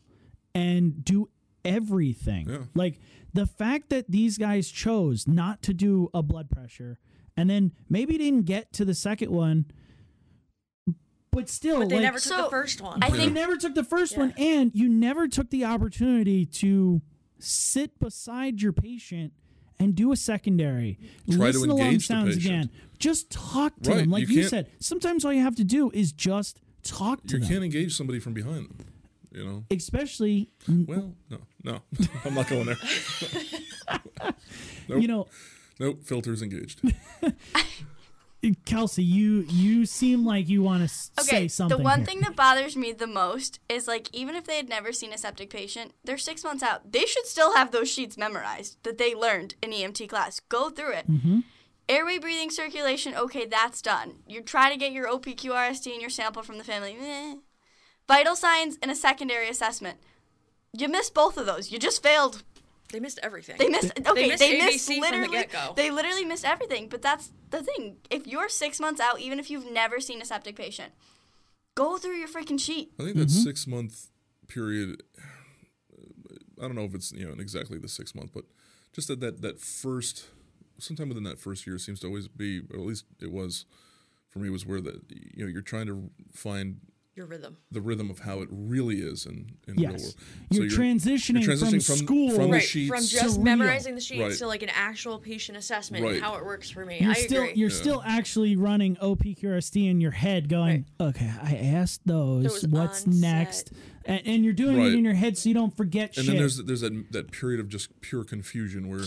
[SPEAKER 2] and do everything.
[SPEAKER 1] Yeah.
[SPEAKER 2] Like the fact that these guys chose not to do a blood pressure and then maybe didn't get to the second one, but still
[SPEAKER 4] But they
[SPEAKER 2] like,
[SPEAKER 4] never took the
[SPEAKER 3] So,
[SPEAKER 4] first one.
[SPEAKER 3] I
[SPEAKER 2] you
[SPEAKER 3] think
[SPEAKER 2] never took the first
[SPEAKER 4] Yeah.
[SPEAKER 2] one and you never took the opportunity to sit beside your patient and do a secondary
[SPEAKER 1] Try to
[SPEAKER 2] listen to lung
[SPEAKER 1] engage the
[SPEAKER 2] sounds
[SPEAKER 1] patient.
[SPEAKER 2] again just talk to
[SPEAKER 1] Right,
[SPEAKER 2] them like
[SPEAKER 1] you
[SPEAKER 2] you,
[SPEAKER 1] can't-
[SPEAKER 2] said sometimes all you have to do is just talk to
[SPEAKER 1] you
[SPEAKER 2] them
[SPEAKER 1] can't engage somebody from behind them. You know.
[SPEAKER 2] especially
[SPEAKER 1] Well, no, no, I'm not going there.
[SPEAKER 2] you know
[SPEAKER 1] Nope, filters engaged.
[SPEAKER 2] kelsey you you seem like you want to say
[SPEAKER 3] Okay,
[SPEAKER 2] something
[SPEAKER 3] the one
[SPEAKER 2] here.
[SPEAKER 3] thing that bothers me the most is like even if they had never seen a septic patient, they're six months out. They should still have those sheets memorized that they learned in EMT class. Go through it.
[SPEAKER 2] Mm-hmm.
[SPEAKER 3] Airway, breathing, circulation. Okay, that's done. You try to get your OPQRST and your sample from the family. Meh. Vital signs and a secondary assessment. You missed both of those. You just failed.
[SPEAKER 4] they missed everything.
[SPEAKER 3] They missed. Okay, they
[SPEAKER 4] missed
[SPEAKER 3] missed,
[SPEAKER 4] ABC from the
[SPEAKER 3] literally.
[SPEAKER 4] get-go.
[SPEAKER 3] they literally missed everything. But that's the thing. If you're six months out, even if you've never seen a septic patient, go through your freaking sheet.
[SPEAKER 1] I think that
[SPEAKER 2] Mm-hmm.
[SPEAKER 1] six month period. I don't know if it's you know exactly the six month, but just that that that first, sometime within that first year seems to always be, or at least it was, for me was where the you know you're trying to find
[SPEAKER 4] Your rhythm.
[SPEAKER 1] the rhythm of how it really is in in real
[SPEAKER 2] Yes.
[SPEAKER 1] world.
[SPEAKER 2] You're transitioning from school-
[SPEAKER 1] from
[SPEAKER 2] Right,
[SPEAKER 1] the sheets.
[SPEAKER 4] From just
[SPEAKER 2] Surreal.
[SPEAKER 4] memorizing the sheets
[SPEAKER 1] Right.
[SPEAKER 4] to like an actual patient assessment
[SPEAKER 1] Right.
[SPEAKER 4] and how it works for me.
[SPEAKER 2] you're
[SPEAKER 4] I
[SPEAKER 2] still
[SPEAKER 4] agree.
[SPEAKER 2] you're still actually running OPQRST in your head, going, "Okay, I asked those.
[SPEAKER 4] Those
[SPEAKER 2] What's
[SPEAKER 4] on
[SPEAKER 2] next?" And, and you're doing
[SPEAKER 1] Right.
[SPEAKER 2] it in your head so you don't forget
[SPEAKER 1] and
[SPEAKER 2] shit.
[SPEAKER 1] then there's there's that that period of just pure confusion where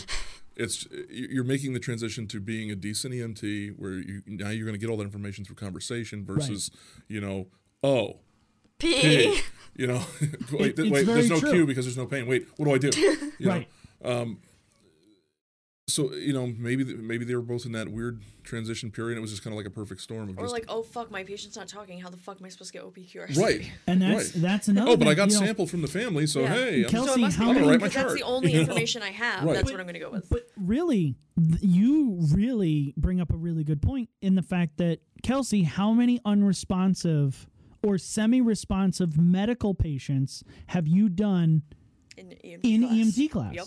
[SPEAKER 1] it's you're making the transition to being a decent EMT where you now you're going to get all that information through conversation versus you know oh
[SPEAKER 3] P.
[SPEAKER 1] hey, you know wait,
[SPEAKER 2] It-
[SPEAKER 1] th-
[SPEAKER 2] it's
[SPEAKER 1] wait
[SPEAKER 2] very
[SPEAKER 1] there's no
[SPEAKER 2] true.
[SPEAKER 1] cue because there's no pain wait what do I do You know? Um,
[SPEAKER 2] Right.
[SPEAKER 1] so you know maybe th- maybe they were both in that weird transition period it was just kind of like a perfect storm of
[SPEAKER 4] Or
[SPEAKER 1] just
[SPEAKER 4] like, oh fuck, my patient's not talking. How the fuck am I supposed to get OPQRST?
[SPEAKER 1] right
[SPEAKER 2] and that's
[SPEAKER 1] right.
[SPEAKER 2] that's another.
[SPEAKER 1] oh but I
[SPEAKER 2] thing,
[SPEAKER 1] got
[SPEAKER 2] you know,
[SPEAKER 1] sample from the family so
[SPEAKER 4] Yeah.
[SPEAKER 1] hey I'm-
[SPEAKER 2] Kelsey,
[SPEAKER 4] So it must be
[SPEAKER 2] how
[SPEAKER 4] right,
[SPEAKER 2] many-
[SPEAKER 4] 'cause that's
[SPEAKER 1] Right.
[SPEAKER 4] the only
[SPEAKER 1] You know?
[SPEAKER 4] information I have.
[SPEAKER 1] Right.
[SPEAKER 4] That's what I'm going to go with.
[SPEAKER 2] But really, th- you really bring up a really good point in the fact that Kelsey, how many unresponsive or semi-responsive medical patients have you done
[SPEAKER 4] In EMT
[SPEAKER 2] in
[SPEAKER 4] class.
[SPEAKER 2] EMT class?
[SPEAKER 4] Yep.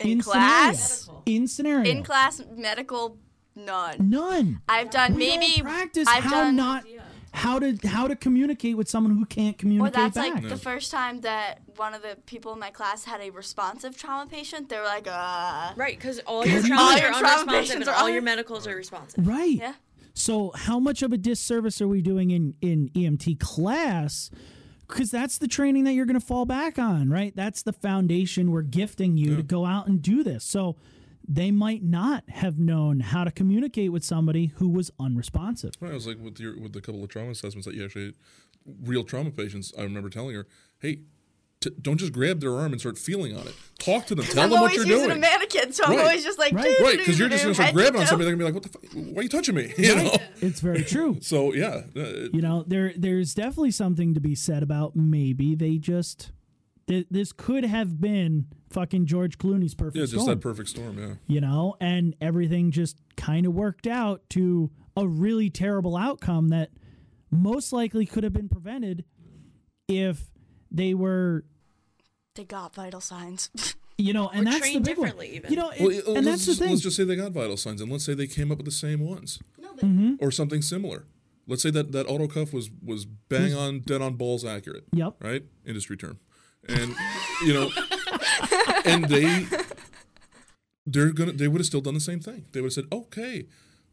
[SPEAKER 3] In,
[SPEAKER 2] scenario.
[SPEAKER 3] class,
[SPEAKER 2] in scenario,
[SPEAKER 3] in class medical, none.
[SPEAKER 2] none.
[SPEAKER 3] I've done
[SPEAKER 2] We don't
[SPEAKER 3] maybe.
[SPEAKER 2] practice
[SPEAKER 3] I've
[SPEAKER 2] how
[SPEAKER 3] done,
[SPEAKER 2] not how to how to communicate with someone who can't
[SPEAKER 3] Or
[SPEAKER 2] communicate
[SPEAKER 3] that's
[SPEAKER 2] back.
[SPEAKER 3] like the first time that one of the people in my class had a responsive trauma patient. They were like, uh.
[SPEAKER 4] Right, because all your
[SPEAKER 2] All
[SPEAKER 4] traumas
[SPEAKER 3] your
[SPEAKER 4] are
[SPEAKER 3] trauma
[SPEAKER 4] unresponsive
[SPEAKER 3] patients
[SPEAKER 4] and
[SPEAKER 3] are
[SPEAKER 4] all
[SPEAKER 3] un-
[SPEAKER 4] your medicals are responsive.
[SPEAKER 2] right.
[SPEAKER 3] Yeah.
[SPEAKER 2] So how much of a disservice are we doing in in EMT class? Because that's the training that you're going to fall back on, right? That's the foundation we're gifting you to go out and do this. So they might not have known how to communicate with somebody who was unresponsive.
[SPEAKER 1] Right, I was like with your with the couple of trauma assessments that you actually had, real trauma patients. I remember telling her, "Hey, t- don't just grab their arm and start feeling on it. Talk to them. Tell
[SPEAKER 3] I'm
[SPEAKER 1] them what
[SPEAKER 3] always
[SPEAKER 1] you're
[SPEAKER 3] using
[SPEAKER 1] doing.
[SPEAKER 3] a mannequin, so I'm
[SPEAKER 1] Right.
[SPEAKER 3] always just like,
[SPEAKER 2] Right.
[SPEAKER 1] right? Because you're just gonna start
[SPEAKER 3] head to
[SPEAKER 1] grabbing on
[SPEAKER 3] toe.
[SPEAKER 1] somebody. They're gonna be like, "What the? Fuck? Why are you touching me? You know?
[SPEAKER 2] It's very true.
[SPEAKER 1] So yeah, uh, it-
[SPEAKER 2] you know there there's definitely something to be said about maybe they just th- this could have been fucking George Clooney's perfect
[SPEAKER 1] yeah, just
[SPEAKER 2] storm
[SPEAKER 1] that perfect storm. Yeah,
[SPEAKER 2] you know and everything just kind of worked out to a really terrible outcome that most likely could have been prevented if they were
[SPEAKER 3] They got vital signs.
[SPEAKER 2] You know, and
[SPEAKER 4] We're
[SPEAKER 2] that's the
[SPEAKER 4] trained
[SPEAKER 2] big one.
[SPEAKER 4] differently even.
[SPEAKER 2] You know, it-
[SPEAKER 1] Well, uh, let's
[SPEAKER 2] and that's the
[SPEAKER 1] just,
[SPEAKER 2] thing.
[SPEAKER 1] Let's just say they got vital signs, and let's say they came up with the same ones Mm-hmm.
[SPEAKER 3] No, but
[SPEAKER 1] or something similar. Let's say that that auto cuff was was bang on, dead on balls accurate.
[SPEAKER 2] Yep.
[SPEAKER 1] Right, industry term, and you know, and they they're gonna they would have still done the same thing. They would have said, okay,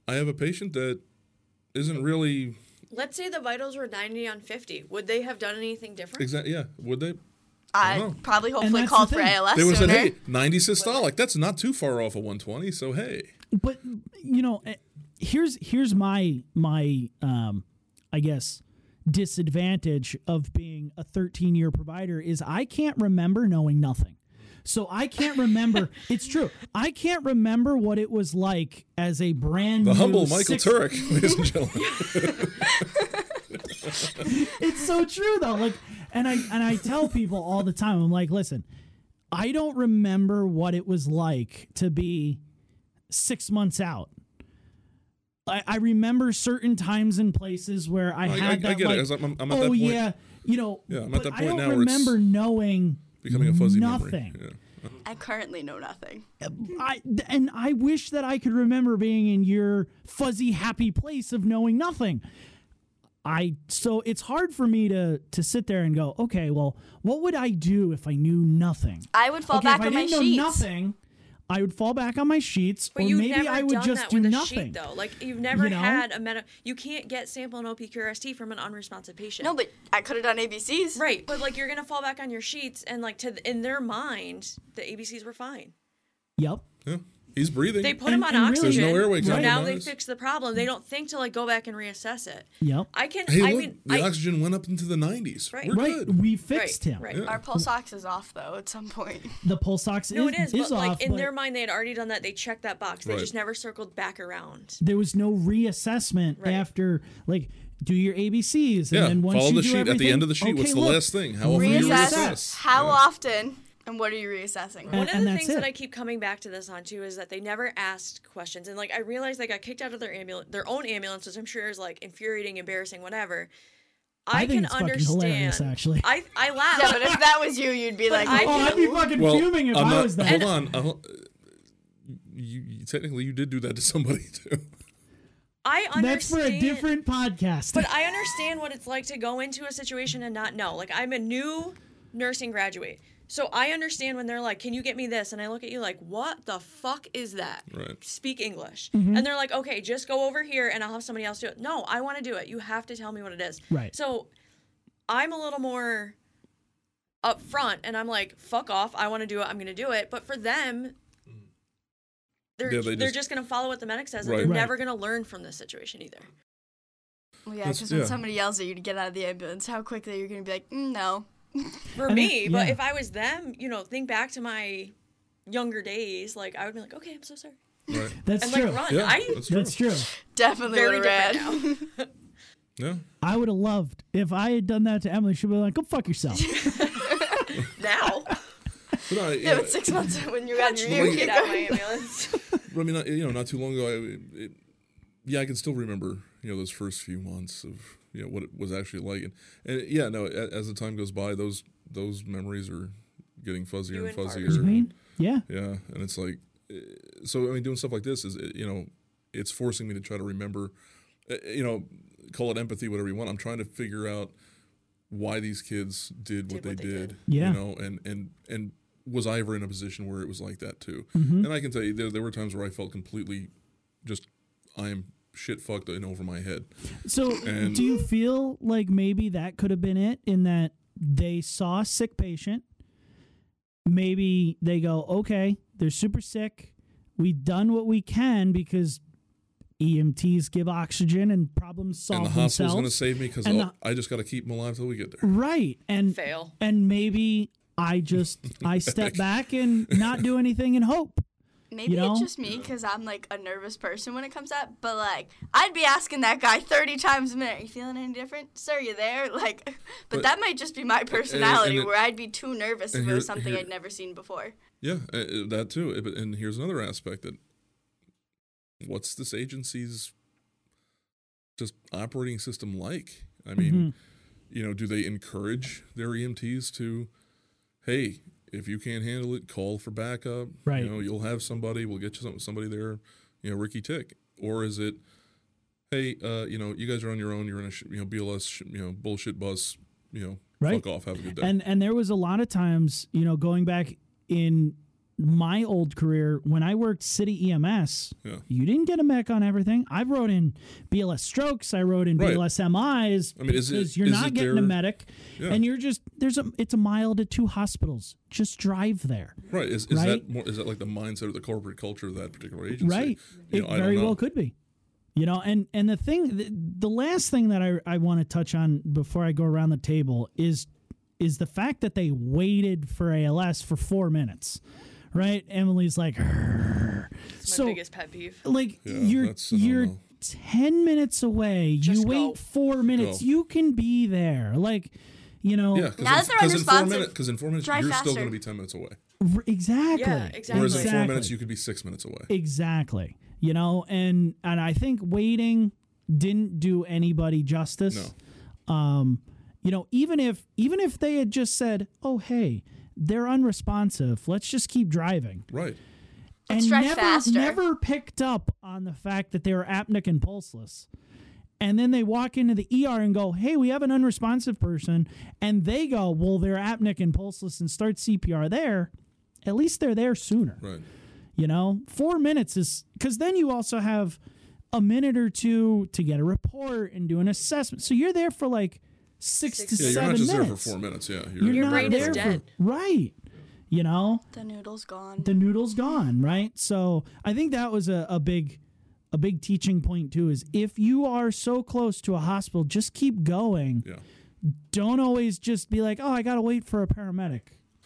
[SPEAKER 1] I have a patient that isn't really
[SPEAKER 4] Let's say the vitals were 90 on 50. Would they have done anything different?
[SPEAKER 1] exactly. Yeah, would they?
[SPEAKER 3] I
[SPEAKER 1] know.
[SPEAKER 3] probably hopefully
[SPEAKER 2] that's
[SPEAKER 3] called
[SPEAKER 2] the
[SPEAKER 3] for
[SPEAKER 2] thing.
[SPEAKER 3] ALS
[SPEAKER 1] They would have
[SPEAKER 3] sooner.
[SPEAKER 1] said, hey, ninety systolic. That's not too far off of one twenty. So hey,
[SPEAKER 2] but you know eh, here's here's my my um i guess disadvantage of being a 13 year provider is i can't remember knowing nothing so i can't remember it's true i can't remember what it was like as a brand
[SPEAKER 1] the
[SPEAKER 2] new
[SPEAKER 1] humble Michael
[SPEAKER 2] six-
[SPEAKER 1] Turek, ladies and gentlemen.
[SPEAKER 2] it's so true though like and i and i tell people all the time i'm like listen i don't remember what it was like to be six months out i, I remember certain times and places where i
[SPEAKER 1] I-
[SPEAKER 2] had
[SPEAKER 1] I- I
[SPEAKER 2] that
[SPEAKER 1] get it,
[SPEAKER 2] like,
[SPEAKER 1] 'cause I'm- I'm at
[SPEAKER 2] oh
[SPEAKER 1] that point-
[SPEAKER 2] yeah you know
[SPEAKER 1] Yeah, I'm at
[SPEAKER 2] but
[SPEAKER 1] that
[SPEAKER 2] i
[SPEAKER 1] point
[SPEAKER 2] don't
[SPEAKER 1] now where it's-
[SPEAKER 2] remember knowing
[SPEAKER 1] becoming a fuzzy memory.
[SPEAKER 2] Nothing.
[SPEAKER 1] Yeah.
[SPEAKER 3] I currently know nothing.
[SPEAKER 2] I, and I wish that I could remember being in your fuzzy happy place of knowing nothing. I so it's hard for me to to sit there and go, okay, well, what would I do if I knew nothing?
[SPEAKER 3] I would fall
[SPEAKER 2] okay,
[SPEAKER 3] back
[SPEAKER 2] if I
[SPEAKER 3] on my
[SPEAKER 2] didn't know
[SPEAKER 3] sheets.
[SPEAKER 2] nothing, I would fall back on my sheets,
[SPEAKER 4] But
[SPEAKER 2] or
[SPEAKER 4] you've
[SPEAKER 2] maybe
[SPEAKER 4] never
[SPEAKER 2] I would
[SPEAKER 4] done
[SPEAKER 2] just
[SPEAKER 4] that
[SPEAKER 2] do
[SPEAKER 4] with
[SPEAKER 2] nothing.
[SPEAKER 4] a sheet, though. Like you've never
[SPEAKER 2] You know?
[SPEAKER 4] had a meta. You can't get sample and OPQRST from an unresponsive patient.
[SPEAKER 3] No, but I could have done ABCs.
[SPEAKER 4] right. But like you're gonna fall back on your sheets, and like to th- in their mind, the ABCs were fine.
[SPEAKER 2] Yep.
[SPEAKER 1] Yeah. He's breathing.
[SPEAKER 4] They put
[SPEAKER 2] And-
[SPEAKER 4] him on
[SPEAKER 2] and really-
[SPEAKER 4] oxygen.
[SPEAKER 2] There's
[SPEAKER 1] no airway
[SPEAKER 4] So now they
[SPEAKER 1] compromise.
[SPEAKER 4] fix the problem. They don't think to like go back and reassess it.
[SPEAKER 2] Yep.
[SPEAKER 4] I can.
[SPEAKER 1] hey,
[SPEAKER 4] I
[SPEAKER 1] look,
[SPEAKER 4] mean,
[SPEAKER 1] the
[SPEAKER 4] I,
[SPEAKER 1] oxygen went up into the 90s.
[SPEAKER 4] Right.
[SPEAKER 1] We're
[SPEAKER 2] right.
[SPEAKER 1] good.
[SPEAKER 2] We fixed
[SPEAKER 4] right,
[SPEAKER 2] him.
[SPEAKER 4] Right.
[SPEAKER 3] Our pulse ox is off though at some point.
[SPEAKER 2] The pulse ox
[SPEAKER 4] No,
[SPEAKER 2] is,
[SPEAKER 4] it is,
[SPEAKER 2] is
[SPEAKER 4] but
[SPEAKER 2] off.
[SPEAKER 4] like in
[SPEAKER 2] but
[SPEAKER 4] their mind, they had already done that. They checked that box. They
[SPEAKER 1] Right.
[SPEAKER 4] just never circled back around.
[SPEAKER 2] there was no reassessment
[SPEAKER 4] Right.
[SPEAKER 2] after like do your ABCs and
[SPEAKER 1] Yeah,
[SPEAKER 2] then once
[SPEAKER 1] follow
[SPEAKER 2] you
[SPEAKER 1] the
[SPEAKER 2] do
[SPEAKER 1] sheet. At the
[SPEAKER 2] everything,
[SPEAKER 1] end of the sheet,
[SPEAKER 2] okay,
[SPEAKER 1] what's the
[SPEAKER 2] look,
[SPEAKER 1] last thing? How often do you
[SPEAKER 3] Reassess.
[SPEAKER 1] reassess?
[SPEAKER 3] How
[SPEAKER 1] Yeah.
[SPEAKER 3] often and what are you reassessing?
[SPEAKER 2] And-
[SPEAKER 4] One of the
[SPEAKER 2] that's
[SPEAKER 4] things
[SPEAKER 2] it.
[SPEAKER 4] that I keep coming back to this on too is that they never asked questions, and like I realized they got kicked out of their ambulance, their own ambulance, which I'm sure is like infuriating, embarrassing, whatever. I,
[SPEAKER 2] I think
[SPEAKER 4] can
[SPEAKER 2] it's fucking
[SPEAKER 4] understand.
[SPEAKER 2] hilarious, actually.
[SPEAKER 4] I I laugh.
[SPEAKER 3] yeah, but if that was you, you'd be like,
[SPEAKER 4] I-
[SPEAKER 2] Oh, I'd be fucking
[SPEAKER 1] Well,
[SPEAKER 2] fuming if
[SPEAKER 1] I'm
[SPEAKER 2] I
[SPEAKER 1] not-
[SPEAKER 2] was that.
[SPEAKER 1] Hold on. I don't- You, you- technically, you did do that to somebody, too.
[SPEAKER 4] I understand.
[SPEAKER 2] That's for a different podcast.
[SPEAKER 4] But I understand what it's like to go into a situation and not know. Like I'm a new nursing graduate. So I understand when they're like, "Can you get me this?" and I look at you like, "What the fuck is that?"
[SPEAKER 1] Right.
[SPEAKER 4] Speak English. And they're like, "Okay, just go over here and I'll have somebody else do it." No, I want to do it. You have to tell me what it is.
[SPEAKER 2] Right.
[SPEAKER 4] So I'm a little more upfront and I'm like, "Fuck off. I want to do it. I'm going to do it." But for them, they're,
[SPEAKER 1] Yeah, they
[SPEAKER 4] they are
[SPEAKER 1] just-
[SPEAKER 4] just, going to follow what the medic says
[SPEAKER 1] Right.
[SPEAKER 4] and they're
[SPEAKER 2] Right.
[SPEAKER 4] never going to learn from this situation either.
[SPEAKER 3] well, "Oh, yeah,
[SPEAKER 1] That's-
[SPEAKER 3] because when
[SPEAKER 1] yeah.
[SPEAKER 3] somebody yells at you to get out of the ambulance, how quickly you're gonna be like, mm, no.
[SPEAKER 4] for
[SPEAKER 2] And
[SPEAKER 4] me.
[SPEAKER 2] it-
[SPEAKER 4] but
[SPEAKER 2] yeah.
[SPEAKER 4] if I was them, you know, think back to my younger days, like I would be like, okay, I'm so sorry,
[SPEAKER 1] Right.
[SPEAKER 2] that's
[SPEAKER 4] and
[SPEAKER 2] true.
[SPEAKER 4] like run.
[SPEAKER 1] Yeah,
[SPEAKER 4] I
[SPEAKER 2] That's true.
[SPEAKER 3] Definitely
[SPEAKER 4] very
[SPEAKER 3] would've ran.
[SPEAKER 4] different now.
[SPEAKER 1] Yeah.
[SPEAKER 2] I would have loved if I had done that to Emily. She'd be like, "Go fuck yourself."
[SPEAKER 4] now,
[SPEAKER 1] But I,
[SPEAKER 3] Yeah, but six months when you got your
[SPEAKER 1] Well,
[SPEAKER 3] ear
[SPEAKER 1] you-
[SPEAKER 4] get
[SPEAKER 3] kicked
[SPEAKER 4] out
[SPEAKER 3] out.
[SPEAKER 4] of my ambulance.
[SPEAKER 1] But I mean, I- you know, not too long ago, I, it, yeah, I can still remember, you know, those first few months of, you know, what it was actually like, and, and yeah, no, a- as the time goes by, those those memories are getting fuzzier
[SPEAKER 4] You
[SPEAKER 1] and
[SPEAKER 4] and
[SPEAKER 1] fuzzier.
[SPEAKER 4] farther.
[SPEAKER 2] I mean, yeah,
[SPEAKER 1] Yeah, and it's like, uh, so I mean, doing stuff like this is, uh, you know, it's forcing me to try to remember, uh, you know, call it empathy, whatever you want. I'm trying to figure out why these kids did, what, they, did,
[SPEAKER 2] Yeah.
[SPEAKER 1] you know, and and and was I ever in a position where it was like that too?
[SPEAKER 2] Mm-hmm.
[SPEAKER 1] And I can tell you, there there were times where I felt completely, just I am shit fucked and over my head.
[SPEAKER 2] So,
[SPEAKER 1] And-
[SPEAKER 2] do you feel like maybe that could have been it in that they saw a sick patient? Maybe they go, okay, they're super sick. We've done what we can because EMTs give oxygen and problems
[SPEAKER 1] and
[SPEAKER 2] solve
[SPEAKER 1] the hospital's going to
[SPEAKER 2] themselves.
[SPEAKER 1] save me because
[SPEAKER 2] And the-
[SPEAKER 1] I just got to keep them alive till we get there.
[SPEAKER 2] right. And
[SPEAKER 4] Fail.
[SPEAKER 2] and maybe I just I step back and not do anything and hope.
[SPEAKER 3] Maybe
[SPEAKER 2] You know?
[SPEAKER 3] it's just me because I'm like a nervous person when it comes up, but like I'd be asking that guy 30 times a minute, you feeling any different? Sir, you there? Like, but,
[SPEAKER 1] But-
[SPEAKER 3] that might just be my personality
[SPEAKER 1] and it-
[SPEAKER 3] where I'd be too nervous
[SPEAKER 1] and
[SPEAKER 3] if it
[SPEAKER 1] here-
[SPEAKER 3] was something
[SPEAKER 1] here-
[SPEAKER 3] I'd never seen before.
[SPEAKER 1] Yeah, uh, uh, that too. Uh, but- And here's another aspect that what's this agency's just operating system like? E
[SPEAKER 2] Mm-hmm.
[SPEAKER 1] I mean, you know, do they encourage their EMTs to, hey, If you can't handle it, call for backup.
[SPEAKER 2] Right.
[SPEAKER 1] You know, you'll have somebody. We'll get you some, somebody there. You know, Ricky Tick. Or is it, hey, uh, you know, you guys are on your own. You're in a sh- you know BLS sh- you know bullshit bus. You know,
[SPEAKER 2] Right.
[SPEAKER 1] fuck off. Have a good day.
[SPEAKER 2] And and there was a lot of times, you know, going back in my old career when I worked city EMS,
[SPEAKER 1] Yeah.
[SPEAKER 2] you didn't get a mech on everything. I wrote in BLS strokes, I wrote in
[SPEAKER 1] Right.
[SPEAKER 2] BLS MIs
[SPEAKER 1] I mean, is it-
[SPEAKER 2] because you're
[SPEAKER 1] is
[SPEAKER 2] not
[SPEAKER 1] it
[SPEAKER 2] getting
[SPEAKER 1] their-
[SPEAKER 2] a medic,
[SPEAKER 1] Yeah.
[SPEAKER 2] and you're just there's a it's a mile to two hospitals. Just drive there.
[SPEAKER 1] right. Is, is
[SPEAKER 2] right?
[SPEAKER 1] that more, is that like the mindset or the corporate culture of that particular agency?
[SPEAKER 2] right
[SPEAKER 1] You
[SPEAKER 2] it
[SPEAKER 1] know, I don't
[SPEAKER 2] very
[SPEAKER 1] know.
[SPEAKER 2] well could be you know and and the thing the, the last thing that i i want to touch on before i go around the table is is the fact that they waited for als for four minutes right emily's like "Grr."
[SPEAKER 4] It's my
[SPEAKER 2] so
[SPEAKER 4] biggest pet peeve.
[SPEAKER 2] like
[SPEAKER 1] Yeah,
[SPEAKER 2] you're
[SPEAKER 1] that's a
[SPEAKER 2] you're
[SPEAKER 1] no-no.
[SPEAKER 2] 10 minutes away you
[SPEAKER 4] Just
[SPEAKER 2] wait
[SPEAKER 4] go.
[SPEAKER 2] four minutes
[SPEAKER 1] Go.
[SPEAKER 2] you can be there like you know
[SPEAKER 1] Yeah,
[SPEAKER 3] Now
[SPEAKER 1] because
[SPEAKER 3] that they're
[SPEAKER 1] in, four
[SPEAKER 3] unresponsive,
[SPEAKER 1] minutes, because in four minutes
[SPEAKER 3] drive
[SPEAKER 1] you're still
[SPEAKER 3] faster.
[SPEAKER 1] going to be ten minutes away.
[SPEAKER 2] r- exactly
[SPEAKER 4] Yeah, exactly.
[SPEAKER 1] Whereas in four
[SPEAKER 2] Exactly.
[SPEAKER 1] minutes you could be six minutes away.
[SPEAKER 2] Exactly. You know, and and I think waiting didn't do anybody justice. Um, you know, even if even if they had just said, "Oh, hey, they're unresponsive. Let's just keep driving."
[SPEAKER 1] Right.
[SPEAKER 3] Let's
[SPEAKER 2] and
[SPEAKER 3] drive
[SPEAKER 2] never
[SPEAKER 3] faster.
[SPEAKER 2] never picked up on the fact that they were apneic and pulseless. And then they walk into the ER and go, "Hey, we have an unresponsive person." And they go, "Well, they're apneic and pulseless and start CPR there." At least they're there sooner.
[SPEAKER 1] Right.
[SPEAKER 2] You know, four minutes is because then you also have a minute or two to get a report and do an assessment. So you're there for like six,
[SPEAKER 4] Six
[SPEAKER 2] to
[SPEAKER 1] Yeah,
[SPEAKER 2] 7
[SPEAKER 1] you're not just
[SPEAKER 2] minutes.
[SPEAKER 1] there for four minutes. Yeah,
[SPEAKER 2] You're
[SPEAKER 4] Your
[SPEAKER 2] not
[SPEAKER 4] brain is
[SPEAKER 2] there for-
[SPEAKER 4] dead.
[SPEAKER 2] right. You know,
[SPEAKER 3] The noodle's gone.
[SPEAKER 2] the noodle's gone, right? So I think that was a, a big a big teaching point too is if you are so close to a hospital, just keep going.
[SPEAKER 1] yeah.
[SPEAKER 2] Don't always just be like, Oh, I gotta wait for a paramedic.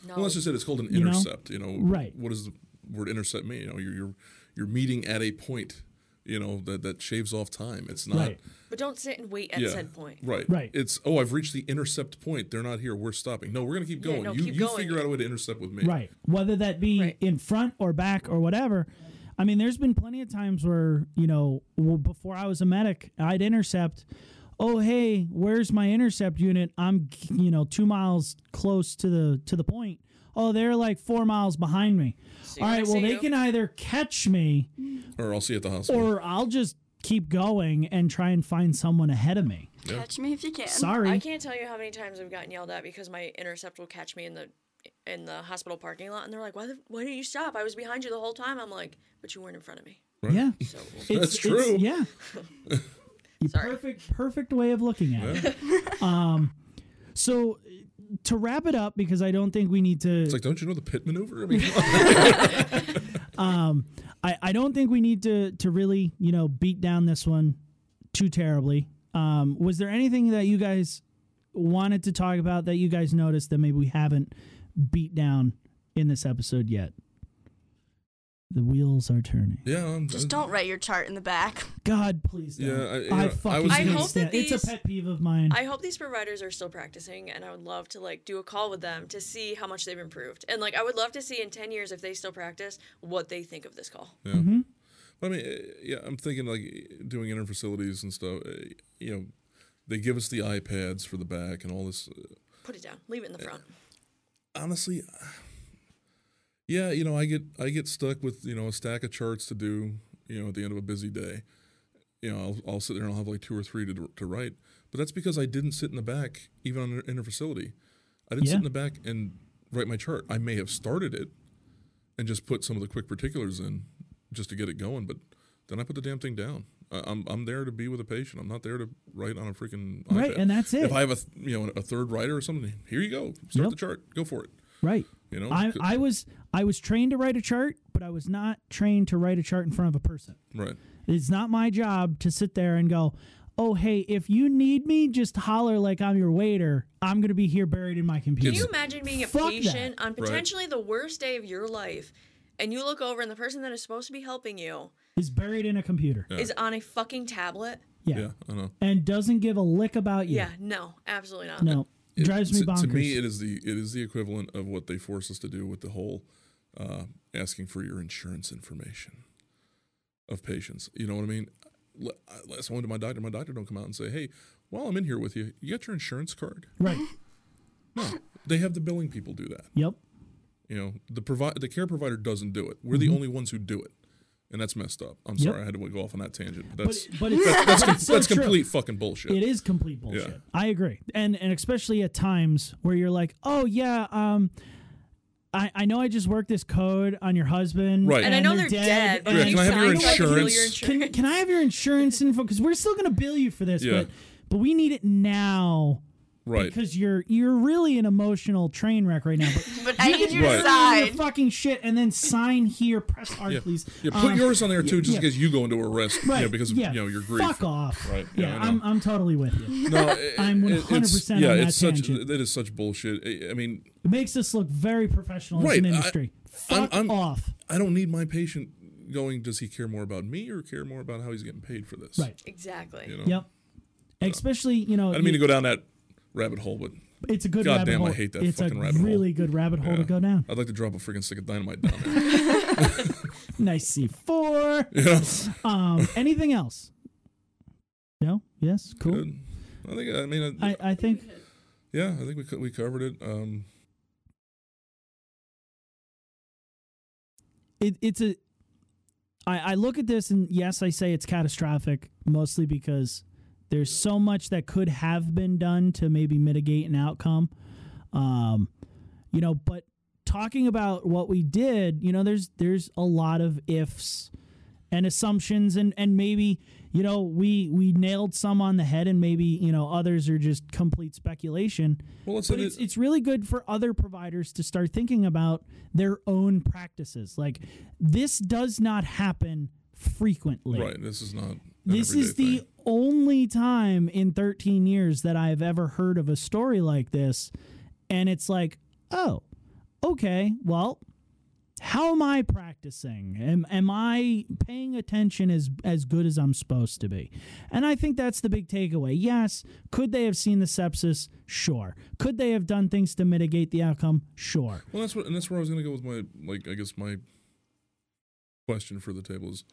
[SPEAKER 4] No.
[SPEAKER 1] Well, let's just say it's called an
[SPEAKER 2] know?
[SPEAKER 1] intercept. You know,
[SPEAKER 2] Right.
[SPEAKER 1] What does the word intercept mean? You know, you're you're you're meeting at a point. You know that that shaves off time. It's not.
[SPEAKER 2] Right.
[SPEAKER 4] but don't sit and wait at
[SPEAKER 1] Yeah.
[SPEAKER 4] said point.
[SPEAKER 1] Right.
[SPEAKER 2] Right.
[SPEAKER 1] It's oh, I've reached the intercept point. They're not here. We're stopping. No, we're gonna keep
[SPEAKER 4] Yeah,
[SPEAKER 1] going.
[SPEAKER 4] no,
[SPEAKER 1] you
[SPEAKER 4] keep
[SPEAKER 1] you
[SPEAKER 4] going.
[SPEAKER 1] figure out a way to intercept with me.
[SPEAKER 2] Right. Whether that be
[SPEAKER 4] Right.
[SPEAKER 2] in front or back or whatever. I mean, there's been plenty of times where, you know, w before I was a medic, I'd intercept. Oh, hey, where's my intercept unit? I'm, you know, two miles close to the to the point. Oh, they're like four miles behind me. All
[SPEAKER 4] I
[SPEAKER 2] right, well,
[SPEAKER 4] see
[SPEAKER 2] they
[SPEAKER 4] you.
[SPEAKER 2] can either catch me
[SPEAKER 1] Or I'll see you at the hospital.
[SPEAKER 2] or I'll just keep going and try and find someone ahead of me.
[SPEAKER 1] Yeah.
[SPEAKER 3] Catch me if you can.
[SPEAKER 2] Sorry.
[SPEAKER 4] I can't tell you how many times I've gotten yelled at because my intercept will catch me in the in the hospital parking lot, and they're like, "Why the, why didn't you stop? I was behind you the whole time." I'm like, "But you weren't in front of me."
[SPEAKER 2] Yeah.
[SPEAKER 4] So
[SPEAKER 2] It's-
[SPEAKER 1] That's
[SPEAKER 2] it's-
[SPEAKER 1] true.
[SPEAKER 2] yeah. You
[SPEAKER 4] Sorry.
[SPEAKER 2] Perfect, perfect way of looking at it. Um, so to wrap it up, because I don't think we need to.
[SPEAKER 1] It's like, don't you know the pit maneuver? I mean,
[SPEAKER 2] I, I don't think we need to to really you know beat down this one too terribly. Um, was there anything that you guys wanted to talk about that you guys noticed that maybe we haven't beat down in this episode yet? The wheels are turning.
[SPEAKER 1] yeah. I'm,
[SPEAKER 3] Just don't write your chart in the back.
[SPEAKER 2] God, please. Don't.
[SPEAKER 1] Yeah, I- you
[SPEAKER 2] I,
[SPEAKER 1] know, I
[SPEAKER 2] fucking
[SPEAKER 1] was
[SPEAKER 2] hate
[SPEAKER 1] gonna- I
[SPEAKER 4] hope that
[SPEAKER 2] It's a
[SPEAKER 4] these-
[SPEAKER 2] pet peeve of mine.
[SPEAKER 4] I hope these providers are still practicing, and I would love to like do a call with them to see how much they've improved, and like I would love to see in ten years if they still practice what they think of this call.
[SPEAKER 1] Yeah. But I mean, eh, yeah, I'm thinking like doing inter facilities and stuff. eh, You know, they give us the iPads for the back and all this.
[SPEAKER 4] Put it down, leave it in the front.
[SPEAKER 1] Honestly, yeah, you know, I get I get stuck with you know a stack of charts to do. You know, at the end of a busy day, you know, I'll, I'll sit there and I'll have like two or three to to write. But that's because I didn't sit in the back, even on inter facility. I didn't
[SPEAKER 2] Yeah.
[SPEAKER 1] sit in the back and write my chart. I may have started it and just put some of the quick particulars in just to get it going, but then I put the damn thing down. I, I'm I'm there to be with a patient. I'm not there to write on a freaking
[SPEAKER 2] Right,
[SPEAKER 1] iPad.
[SPEAKER 2] and that's it.
[SPEAKER 1] If I have a th- you know a third writer or something, here you go. Start
[SPEAKER 2] Yep.
[SPEAKER 1] the chart. Go for it.
[SPEAKER 2] Right.
[SPEAKER 1] You know,
[SPEAKER 2] I,
[SPEAKER 1] c-
[SPEAKER 2] I was I was trained to write a chart, but I was not trained to write a chart in front of a person.
[SPEAKER 1] right.
[SPEAKER 2] It's not my job to sit there and go, "Oh, hey, if you need me, just holler like I'm your waiter. I'm gonna be here buried in my computer."
[SPEAKER 4] Can you imagine being a
[SPEAKER 2] Fuck that.
[SPEAKER 4] patient on potentially the worst day of your life, and you look over and the person that is supposed to be helping you
[SPEAKER 2] is buried in a computer.
[SPEAKER 1] Yeah.
[SPEAKER 4] is on a fucking tablet?
[SPEAKER 2] Yeah.
[SPEAKER 1] Yeah, I know.
[SPEAKER 2] And doesn't give a lick about you.
[SPEAKER 4] Yeah, no, absolutely not.
[SPEAKER 2] No. Drives me
[SPEAKER 1] to,
[SPEAKER 2] bonkers.
[SPEAKER 1] to me, it is the it is the equivalent of what they force us to do with the whole uh, asking for your insurance information of patients. You know what I mean? L- I- Last I went to my doctor, my doctor don't come out and say, "Hey, while I'm in here with you, you got your insurance card."
[SPEAKER 2] right.
[SPEAKER 1] No, they have the billing people do that.
[SPEAKER 2] Yep.
[SPEAKER 1] You know, the provi- the care provider doesn't do it. We're the only ones who do it, and that's messed up. I'm
[SPEAKER 2] Mm-hmm. Yep.
[SPEAKER 1] sorry, I had to go off on that tangent. But
[SPEAKER 2] But,
[SPEAKER 1] that's
[SPEAKER 2] but it's,
[SPEAKER 1] that's, com-
[SPEAKER 2] it's so
[SPEAKER 1] that's
[SPEAKER 2] true.
[SPEAKER 1] complete fucking bullshit.
[SPEAKER 2] It is complete bullshit.
[SPEAKER 1] Yeah.
[SPEAKER 2] I agree. And and especially at times where you're like, oh yeah, um, I, I know I just worked this code on your husband.
[SPEAKER 1] Right.
[SPEAKER 4] And, I know they're
[SPEAKER 2] dead.
[SPEAKER 4] dead, but
[SPEAKER 1] Yeah,
[SPEAKER 4] you
[SPEAKER 1] can I have your
[SPEAKER 4] signed so I can bill
[SPEAKER 1] insurance?
[SPEAKER 4] Your
[SPEAKER 2] Can, can I have your insurance info? Because we're still gonna bill you for this,
[SPEAKER 1] Yeah.
[SPEAKER 2] but but we need it now
[SPEAKER 1] right.
[SPEAKER 2] because you're you're really an emotional train wreck right now. But
[SPEAKER 3] But I need you
[SPEAKER 1] Right.
[SPEAKER 3] to
[SPEAKER 2] sign your
[SPEAKER 3] sign.
[SPEAKER 2] fucking shit and then sign here. Press R,
[SPEAKER 1] Yeah.
[SPEAKER 2] please.
[SPEAKER 1] Yeah, put
[SPEAKER 2] Um,
[SPEAKER 1] yours on there too, just
[SPEAKER 2] yeah.
[SPEAKER 1] in case you go into arrest.
[SPEAKER 2] Right.
[SPEAKER 1] Yeah, because of,
[SPEAKER 2] yeah.
[SPEAKER 1] you know your grief.
[SPEAKER 2] Fuck off.
[SPEAKER 1] Right. Yeah,
[SPEAKER 2] Yeah,
[SPEAKER 1] I know.
[SPEAKER 2] I'm, I'm totally with you.
[SPEAKER 1] No, it-
[SPEAKER 2] I'm
[SPEAKER 1] it- it's-
[SPEAKER 2] 100%
[SPEAKER 1] Yeah,
[SPEAKER 2] on that
[SPEAKER 1] it's such
[SPEAKER 2] tangent.
[SPEAKER 1] that is such bullshit. I- I mean,
[SPEAKER 2] It makes us look very professional as
[SPEAKER 1] Right,
[SPEAKER 2] an
[SPEAKER 1] I-
[SPEAKER 2] industry.
[SPEAKER 1] I'm-
[SPEAKER 2] Fuck
[SPEAKER 1] I'm-
[SPEAKER 2] off.
[SPEAKER 1] I don't need my patient going. Does he care more about me or care more about how he's getting paid for this?
[SPEAKER 2] Right.
[SPEAKER 4] Exactly.
[SPEAKER 1] You know.
[SPEAKER 2] Yep. Especially, you know,
[SPEAKER 1] I didn't mean to
[SPEAKER 2] it-
[SPEAKER 1] go down that rabbit hole, but
[SPEAKER 2] it's a good
[SPEAKER 1] God
[SPEAKER 2] rabbit
[SPEAKER 1] damn, I
[SPEAKER 2] hole.
[SPEAKER 1] hate that
[SPEAKER 2] it's
[SPEAKER 1] fucking
[SPEAKER 2] a
[SPEAKER 1] rabbit hole.
[SPEAKER 2] really good rabbit hole to
[SPEAKER 1] Yeah.
[SPEAKER 2] go down.
[SPEAKER 1] I'd like to drop a freaking stick of dynamite down there.
[SPEAKER 2] Nice C4.
[SPEAKER 1] you know?
[SPEAKER 2] Um, anything else? No? Yes? Cool.
[SPEAKER 1] Good. I think. I mean. I,
[SPEAKER 2] I, I think
[SPEAKER 1] yeah, I think we co- we covered it. Um,
[SPEAKER 2] it, it's a. I, I look at this and yes, I say it's catastrophic, mostly because there's so much that could have been done to maybe mitigate an outcome. Um, you know, but talking about what we did, you know, there's there's a lot of ifs and assumptions and and maybe you know we we nailed some on the head and maybe you know others are just complete speculation
[SPEAKER 1] well, let's
[SPEAKER 2] but
[SPEAKER 1] end
[SPEAKER 2] it's,
[SPEAKER 1] it-
[SPEAKER 2] it's really good for other providers to start thinking about their own practices. Like this does not happen frequently.
[SPEAKER 1] right. This is not. an
[SPEAKER 2] This is
[SPEAKER 1] everyday
[SPEAKER 2] the only time in 13 years that I've ever heard of a story like this. And it's like, oh, okay, well, how am I practicing? Am, am I paying attention as, as good as I'm supposed to be? And I think that's the big takeaway. Yes, could they have seen the sepsis? Sure. Could they have done things to mitigate the outcome? Sure.
[SPEAKER 1] Well, that's what, and that's where I was going to go with my, like, I guess my question for the table is,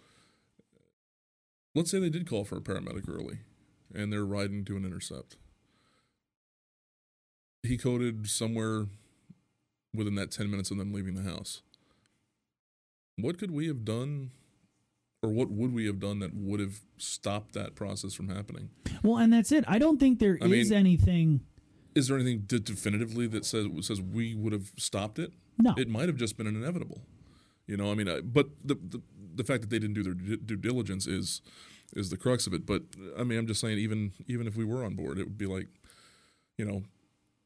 [SPEAKER 1] let's say they did call for a paramedic early, and they're riding to an intercept. He coded somewhere within that ten minutes of them leaving the house. What could we have done, or what would we have done that would have stopped that process from happening?
[SPEAKER 2] Well, and that's it. I don't think there is
[SPEAKER 1] I mean-
[SPEAKER 2] anything.
[SPEAKER 1] Is there anything de- definitively that says says we would have stopped it?
[SPEAKER 2] No.
[SPEAKER 1] it might have just been an inevitable. You know, I mean, I, but the, the the fact that they didn't do their d- due diligence is is the crux of it. But I mean, I'm just saying, even even if we were on board, it would be like, you know,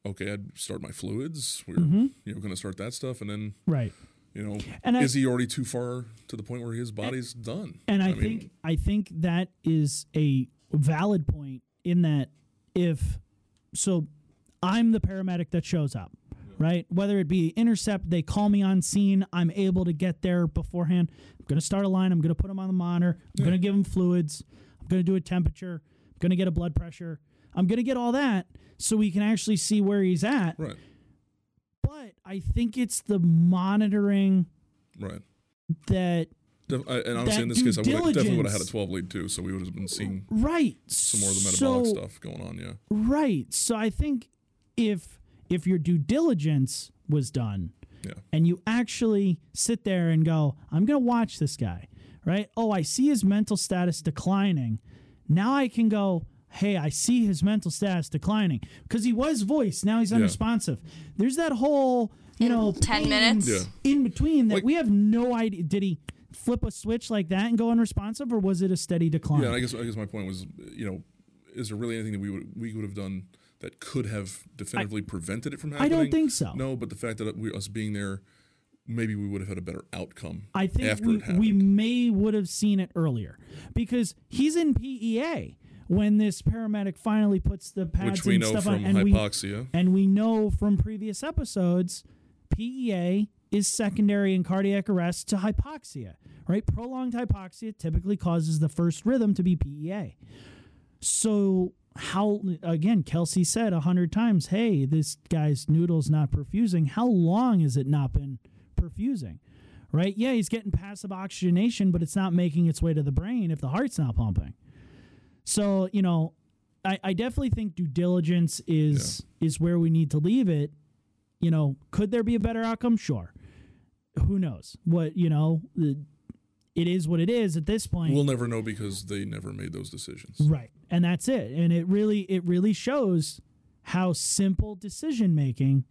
[SPEAKER 1] okay, I'd start my fluids. We're you know going to start that stuff, and then
[SPEAKER 2] right.
[SPEAKER 1] you know,
[SPEAKER 2] Mm-hmm. And I-
[SPEAKER 1] is he already too far to the point where his body's done?
[SPEAKER 2] And I,
[SPEAKER 1] mean,
[SPEAKER 2] think I think that is a valid point in that if so I'm the paramedic that shows up, right? Whether it be intercept, they call me on scene, I'm able to get there beforehand. I'm going to start a line, I'm going to put them on the monitor, I'm going to give them fluids, I'm going to do a temperature, I'm going to get a blood pressure. I'm going to get all that so we can actually see where he's at.
[SPEAKER 1] right,
[SPEAKER 2] But I think it's the monitoring
[SPEAKER 1] right.
[SPEAKER 2] that
[SPEAKER 1] Def- I, and
[SPEAKER 2] That
[SPEAKER 1] honestly, in this
[SPEAKER 2] due
[SPEAKER 1] case, I would have, definitely would have had a
[SPEAKER 2] diligence-
[SPEAKER 1] 12 lead too, so we would have been seeing
[SPEAKER 2] right
[SPEAKER 1] some more of the metabolic
[SPEAKER 2] so,
[SPEAKER 1] stuff going on. Yeah,
[SPEAKER 2] Right. So I think if if your due diligence was done
[SPEAKER 1] yeah,
[SPEAKER 2] and you actually sit there and go, I'm going to watch this guy, right? Oh, I see his mental status declining. Now I can go, hey, I see his mental status declining because he was voiced. Now he's unresponsive. There's that whole, you know,
[SPEAKER 3] 10
[SPEAKER 2] pain
[SPEAKER 3] minutes?
[SPEAKER 1] Yeah.
[SPEAKER 2] in between that
[SPEAKER 1] Like-
[SPEAKER 2] we have no idea. Did he flip a switch like that and go unresponsive or was it a steady decline?
[SPEAKER 1] Yeah, and I guess I guess my point was, you know, is there really anything that we would we would have done that could have definitively prevented it from
[SPEAKER 2] I
[SPEAKER 1] happening?
[SPEAKER 2] don't think so.
[SPEAKER 1] No, but the fact that we, us being there, maybe we would have had a better outcome.
[SPEAKER 2] I think
[SPEAKER 1] after
[SPEAKER 2] we,
[SPEAKER 1] it happened.
[SPEAKER 2] we may would have seen it earlier because he's in PEA when this paramedic finally puts the pads
[SPEAKER 1] which we
[SPEAKER 2] and
[SPEAKER 1] know
[SPEAKER 2] stuff
[SPEAKER 1] from
[SPEAKER 2] on, and
[SPEAKER 1] hypoxia.
[SPEAKER 2] we and we know from previous episodes, PEA is secondary in cardiac arrest to hypoxia. Right, prolonged hypoxia typically causes the first rhythm to be PEA. So how again? Kelsey said a hundred times, "Hey, this guy's noodle's not perfusing. How long has it not been perfusing?" Right? Yeah, he's getting passive oxygenation, but it's not making its way to the brain if the heart's not pumping. So you know, I, I definitely think due diligence is is where we need to leave it, You know, could there be a better outcome? Sure. Who knows? What, you know, the- it is what it is at this point.
[SPEAKER 1] We'll never know because they never made those decisions.
[SPEAKER 2] Right. And that's it. And it really it really shows how simple decision making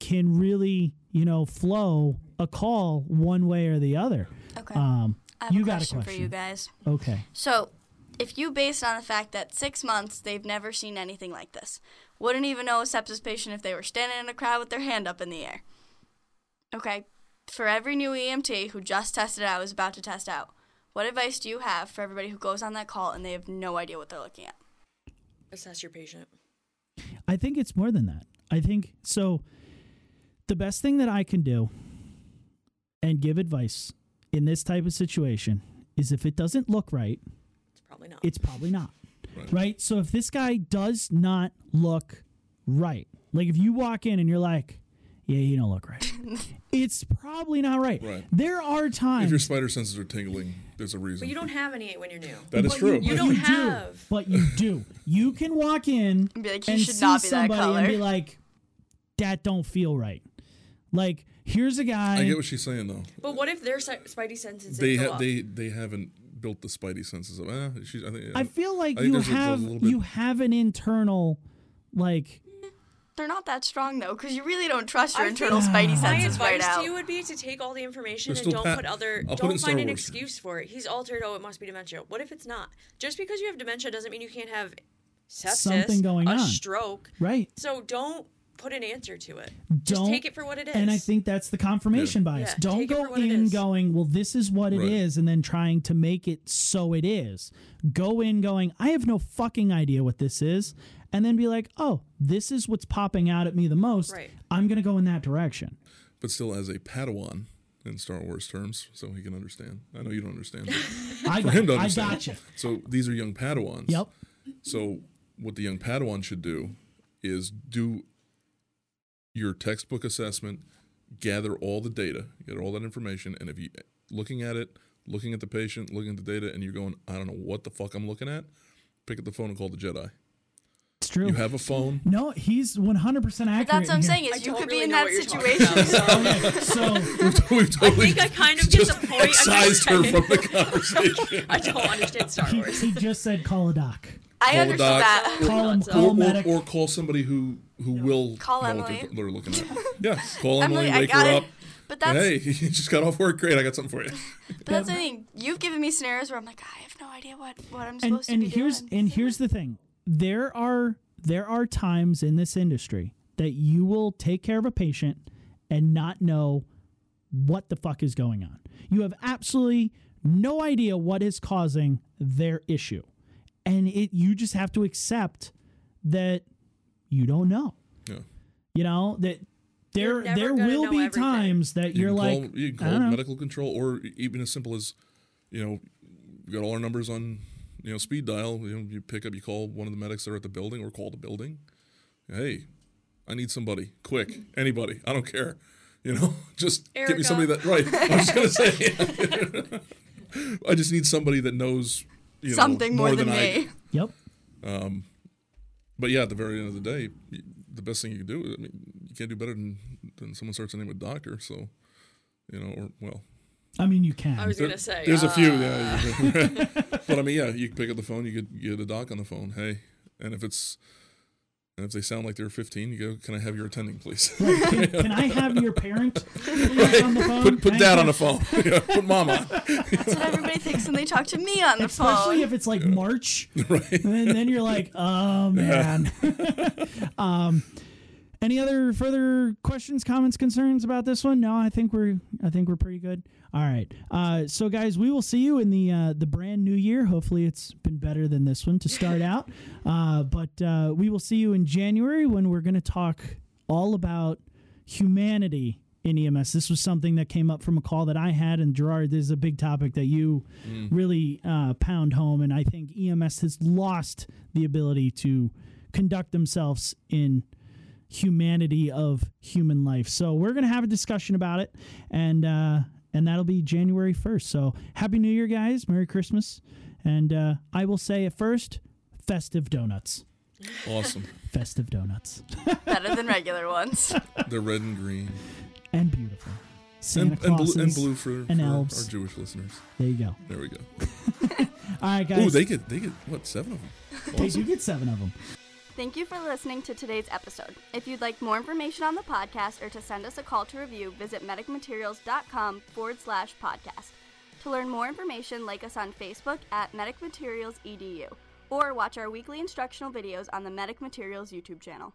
[SPEAKER 2] can really, you know, flow a call one way or the other.
[SPEAKER 3] Okay.
[SPEAKER 2] Um
[SPEAKER 3] I have
[SPEAKER 2] you
[SPEAKER 3] a
[SPEAKER 2] got
[SPEAKER 3] question
[SPEAKER 2] a
[SPEAKER 3] for
[SPEAKER 2] question.
[SPEAKER 3] you guys.
[SPEAKER 2] Okay.
[SPEAKER 3] So, if you based on the fact that six months they've never seen anything like this, wouldn't even know a sepsis patient if they were standing in a crowd with their hand up in the air. Okay, for every new EMT who just tested out is about to test out, what advice do you have for everybody who goes on that call and they have no idea what they're looking at?
[SPEAKER 4] Assess your patient.
[SPEAKER 2] I think it's more than that. I think so. The best thing that I can do and give advice in this type of situation is if it doesn't look right,
[SPEAKER 4] It's probably not.
[SPEAKER 2] it's probably not.
[SPEAKER 1] Right.
[SPEAKER 2] Right. So if this guy does not look right, like if you walk in and you're like, yeah, you don't look right, it's probably not right.
[SPEAKER 1] Right.
[SPEAKER 2] There are
[SPEAKER 1] If your
[SPEAKER 2] times.
[SPEAKER 1] spider senses are tingling, there's a reason.
[SPEAKER 4] but you don't have any when you're new.
[SPEAKER 1] That is
[SPEAKER 2] but
[SPEAKER 1] true.
[SPEAKER 4] you
[SPEAKER 2] but
[SPEAKER 4] don't
[SPEAKER 2] do,
[SPEAKER 4] have.
[SPEAKER 2] but you do. You can walk in
[SPEAKER 3] And be like, "He
[SPEAKER 2] and
[SPEAKER 3] should
[SPEAKER 2] see
[SPEAKER 3] not be that
[SPEAKER 2] somebody and
[SPEAKER 3] color."
[SPEAKER 2] be like, that don't feel right. Like, here's a guy.
[SPEAKER 1] I get what she's saying though.
[SPEAKER 4] But what if their si- spidey senses
[SPEAKER 1] They
[SPEAKER 4] go
[SPEAKER 1] ha-
[SPEAKER 4] up?
[SPEAKER 1] they they haven't built the spidey senses of. Eh, she's, I think.
[SPEAKER 2] I feel like
[SPEAKER 1] I think
[SPEAKER 2] you
[SPEAKER 1] there's a- there's a
[SPEAKER 2] have
[SPEAKER 1] little bit-
[SPEAKER 2] you have an internal like
[SPEAKER 3] They're not that strong though, because you really don't trust your
[SPEAKER 4] I feel-
[SPEAKER 3] internal spidey
[SPEAKER 4] My
[SPEAKER 3] senses right
[SPEAKER 4] advice
[SPEAKER 3] out.
[SPEAKER 4] to you would be to take all the information
[SPEAKER 1] There's
[SPEAKER 4] and
[SPEAKER 1] still
[SPEAKER 4] don't
[SPEAKER 1] Pat-
[SPEAKER 4] put other
[SPEAKER 1] I'll put it in
[SPEAKER 4] don't
[SPEAKER 1] Star
[SPEAKER 4] find an
[SPEAKER 1] Wars.
[SPEAKER 4] excuse for it. He's altered. Oh, it must be dementia. What if it's not? Just because you have dementia doesn't mean you can't have sepsis,
[SPEAKER 2] Something going
[SPEAKER 4] a
[SPEAKER 2] on.
[SPEAKER 4] stroke.
[SPEAKER 2] right.
[SPEAKER 4] So don't put an answer to it. Just
[SPEAKER 2] Don't
[SPEAKER 4] take it for what it is.
[SPEAKER 2] And I think that's the confirmation bias.
[SPEAKER 4] Yeah,
[SPEAKER 2] Don't
[SPEAKER 4] take it for
[SPEAKER 2] go
[SPEAKER 4] what it
[SPEAKER 2] in
[SPEAKER 4] is.
[SPEAKER 2] going, well, this is what it is,
[SPEAKER 1] Right.
[SPEAKER 2] and then trying to make it so it is. Go in going, I have no fucking idea what this is, and then be like, oh, this is what's popping out at me the most.
[SPEAKER 4] Right.
[SPEAKER 2] I'm gonna go in that direction.
[SPEAKER 1] but still, as a Padawan in Star Wars terms, so he can understand. I know you don't understand. but
[SPEAKER 2] I
[SPEAKER 1] for
[SPEAKER 2] got,
[SPEAKER 1] him to
[SPEAKER 2] I
[SPEAKER 1] understand.
[SPEAKER 2] got you.
[SPEAKER 1] So these are young Padawans.
[SPEAKER 2] Yep.
[SPEAKER 1] So what the young Padawan should do is do your textbook assessment, gather all the data, get all that information, and if you looking at it, looking at the patient, looking at the data, and you're going, I don't know what the fuck I'm looking at, pick up the phone and call the Jedi.
[SPEAKER 2] It's true.
[SPEAKER 1] You have a phone.
[SPEAKER 2] no, he's 100 percent accurate.
[SPEAKER 3] But that's what
[SPEAKER 2] in
[SPEAKER 3] I'm
[SPEAKER 2] here.
[SPEAKER 3] saying
[SPEAKER 4] I
[SPEAKER 3] is you
[SPEAKER 4] don't
[SPEAKER 3] could
[SPEAKER 4] really
[SPEAKER 3] be in
[SPEAKER 4] know
[SPEAKER 3] that
[SPEAKER 4] what you're talking
[SPEAKER 3] situation.
[SPEAKER 4] about, so-
[SPEAKER 2] So
[SPEAKER 1] We've totally
[SPEAKER 4] I think I kind of get the point. I'm just
[SPEAKER 1] excised her
[SPEAKER 4] saying-
[SPEAKER 1] from the conversation.
[SPEAKER 4] I don't understand Star
[SPEAKER 2] he,
[SPEAKER 4] Wars.
[SPEAKER 2] he just said call a doc.
[SPEAKER 3] I
[SPEAKER 1] Call a doc.
[SPEAKER 3] understand that.
[SPEAKER 2] Call him
[SPEAKER 4] Or-
[SPEAKER 2] call
[SPEAKER 1] or,
[SPEAKER 2] medic.
[SPEAKER 1] or, or call somebody who who will
[SPEAKER 3] Call
[SPEAKER 1] know what
[SPEAKER 3] Emily.
[SPEAKER 1] they're, they're looking at. Yeah, call Emily,
[SPEAKER 3] Emily, I
[SPEAKER 1] wake
[SPEAKER 3] got
[SPEAKER 1] her
[SPEAKER 3] it.
[SPEAKER 1] up.
[SPEAKER 3] But that's
[SPEAKER 1] hey, you just got off work. Great, I got something for you.
[SPEAKER 3] but that's the thing. You've given me scenarios where I'm like, I have no idea what, what I'm
[SPEAKER 2] and
[SPEAKER 3] supposed
[SPEAKER 2] and
[SPEAKER 3] to be
[SPEAKER 2] here's
[SPEAKER 3] doing.
[SPEAKER 2] and here's the thing there are there are times in this industry that you will take care of a patient and not know what the fuck is going on you have absolutely no idea what is causing their issue and it you just have to accept that you don't know
[SPEAKER 1] Yeah.
[SPEAKER 2] you know that there
[SPEAKER 4] You're never
[SPEAKER 2] there
[SPEAKER 4] gonna
[SPEAKER 2] will
[SPEAKER 4] know
[SPEAKER 2] be
[SPEAKER 4] everything.
[SPEAKER 2] times that
[SPEAKER 1] You
[SPEAKER 2] are
[SPEAKER 1] can
[SPEAKER 2] like
[SPEAKER 1] call, you can
[SPEAKER 2] I
[SPEAKER 1] call
[SPEAKER 2] don't know.
[SPEAKER 1] medical control, or e, even as simple as, you know, we got all our numbers on, you know, speed dial. You, know, you pick up, you call one of the medics that are at the building, or call the building. Hey, I need somebody quick. Anybody, I don't care. You know, just get me
[SPEAKER 4] Erica.
[SPEAKER 1] somebody that right. I was gonna say, I just need somebody that knows you know,
[SPEAKER 3] Something more, than,
[SPEAKER 1] I
[SPEAKER 3] me.
[SPEAKER 1] do.
[SPEAKER 2] yep
[SPEAKER 1] But yeah, at the very end of the day, y- the best thing you can do. I mean, you can't do better than than someone starts to name a doctor. So, you know, or well.
[SPEAKER 2] i mean you can
[SPEAKER 4] I was gonna say.
[SPEAKER 1] There's
[SPEAKER 4] uh,
[SPEAKER 1] a few, yeah. but I mean, yeah, you can pick up the phone, you could get a doc on the phone. Hey, and if it's and if they sound like they're 15, you go, "Can I have your attending, please?"
[SPEAKER 2] can, can i have your parent please, on the phone
[SPEAKER 1] put
[SPEAKER 2] Can
[SPEAKER 1] put
[SPEAKER 2] I
[SPEAKER 1] dad
[SPEAKER 2] have-
[SPEAKER 1] on the phone. Yeah, put mom on.
[SPEAKER 3] That's what everybody thinks when they talk to me on the
[SPEAKER 2] especially
[SPEAKER 3] phone.
[SPEAKER 2] if it's like March, and then, then you're like, oh man. um, any other further questions, comments, concerns about this one? No, I think we're I think we're pretty good. All right, uh, so guys, we will see you in the uh, the brand new year. Hopefully, it's been better than this one to start out. Uh, but uh, we will see you in January when we're going to talk all about humanity in EMS. This was something that came up from a call that I had, and Gerard, this is a big topic that you really uh, pound home, and I think EMS has lost the ability to conduct themselves in humanity of human life. So we're gonna have a discussion about it, and uh, and that'll be January first. So happy New Year, guys! Merry Christmas, and uh, I will say at first, festive donuts.
[SPEAKER 1] Awesome.
[SPEAKER 2] Festive donuts.
[SPEAKER 3] Better than regular ones.
[SPEAKER 1] They're red and green.
[SPEAKER 2] and beautiful.
[SPEAKER 1] And,
[SPEAKER 2] Santa
[SPEAKER 1] and, blue, and
[SPEAKER 2] Clauses.
[SPEAKER 1] blue for,
[SPEAKER 2] and
[SPEAKER 1] for
[SPEAKER 2] elves.
[SPEAKER 1] our Jewish listeners.
[SPEAKER 2] There you go.
[SPEAKER 1] There we go.
[SPEAKER 2] All right, guys.
[SPEAKER 1] Ooh, they get they get what seven of them.
[SPEAKER 2] They do get seven of them.
[SPEAKER 3] Thank you for listening to today's episode. If you'd like more information on the podcast or to send us a call to review, visit medicmaterials.com forward slash podcast. To learn more information, like us on Facebook at E medicmaterials.edu or watch our weekly instructional videos on the Medic Materials YouTube channel.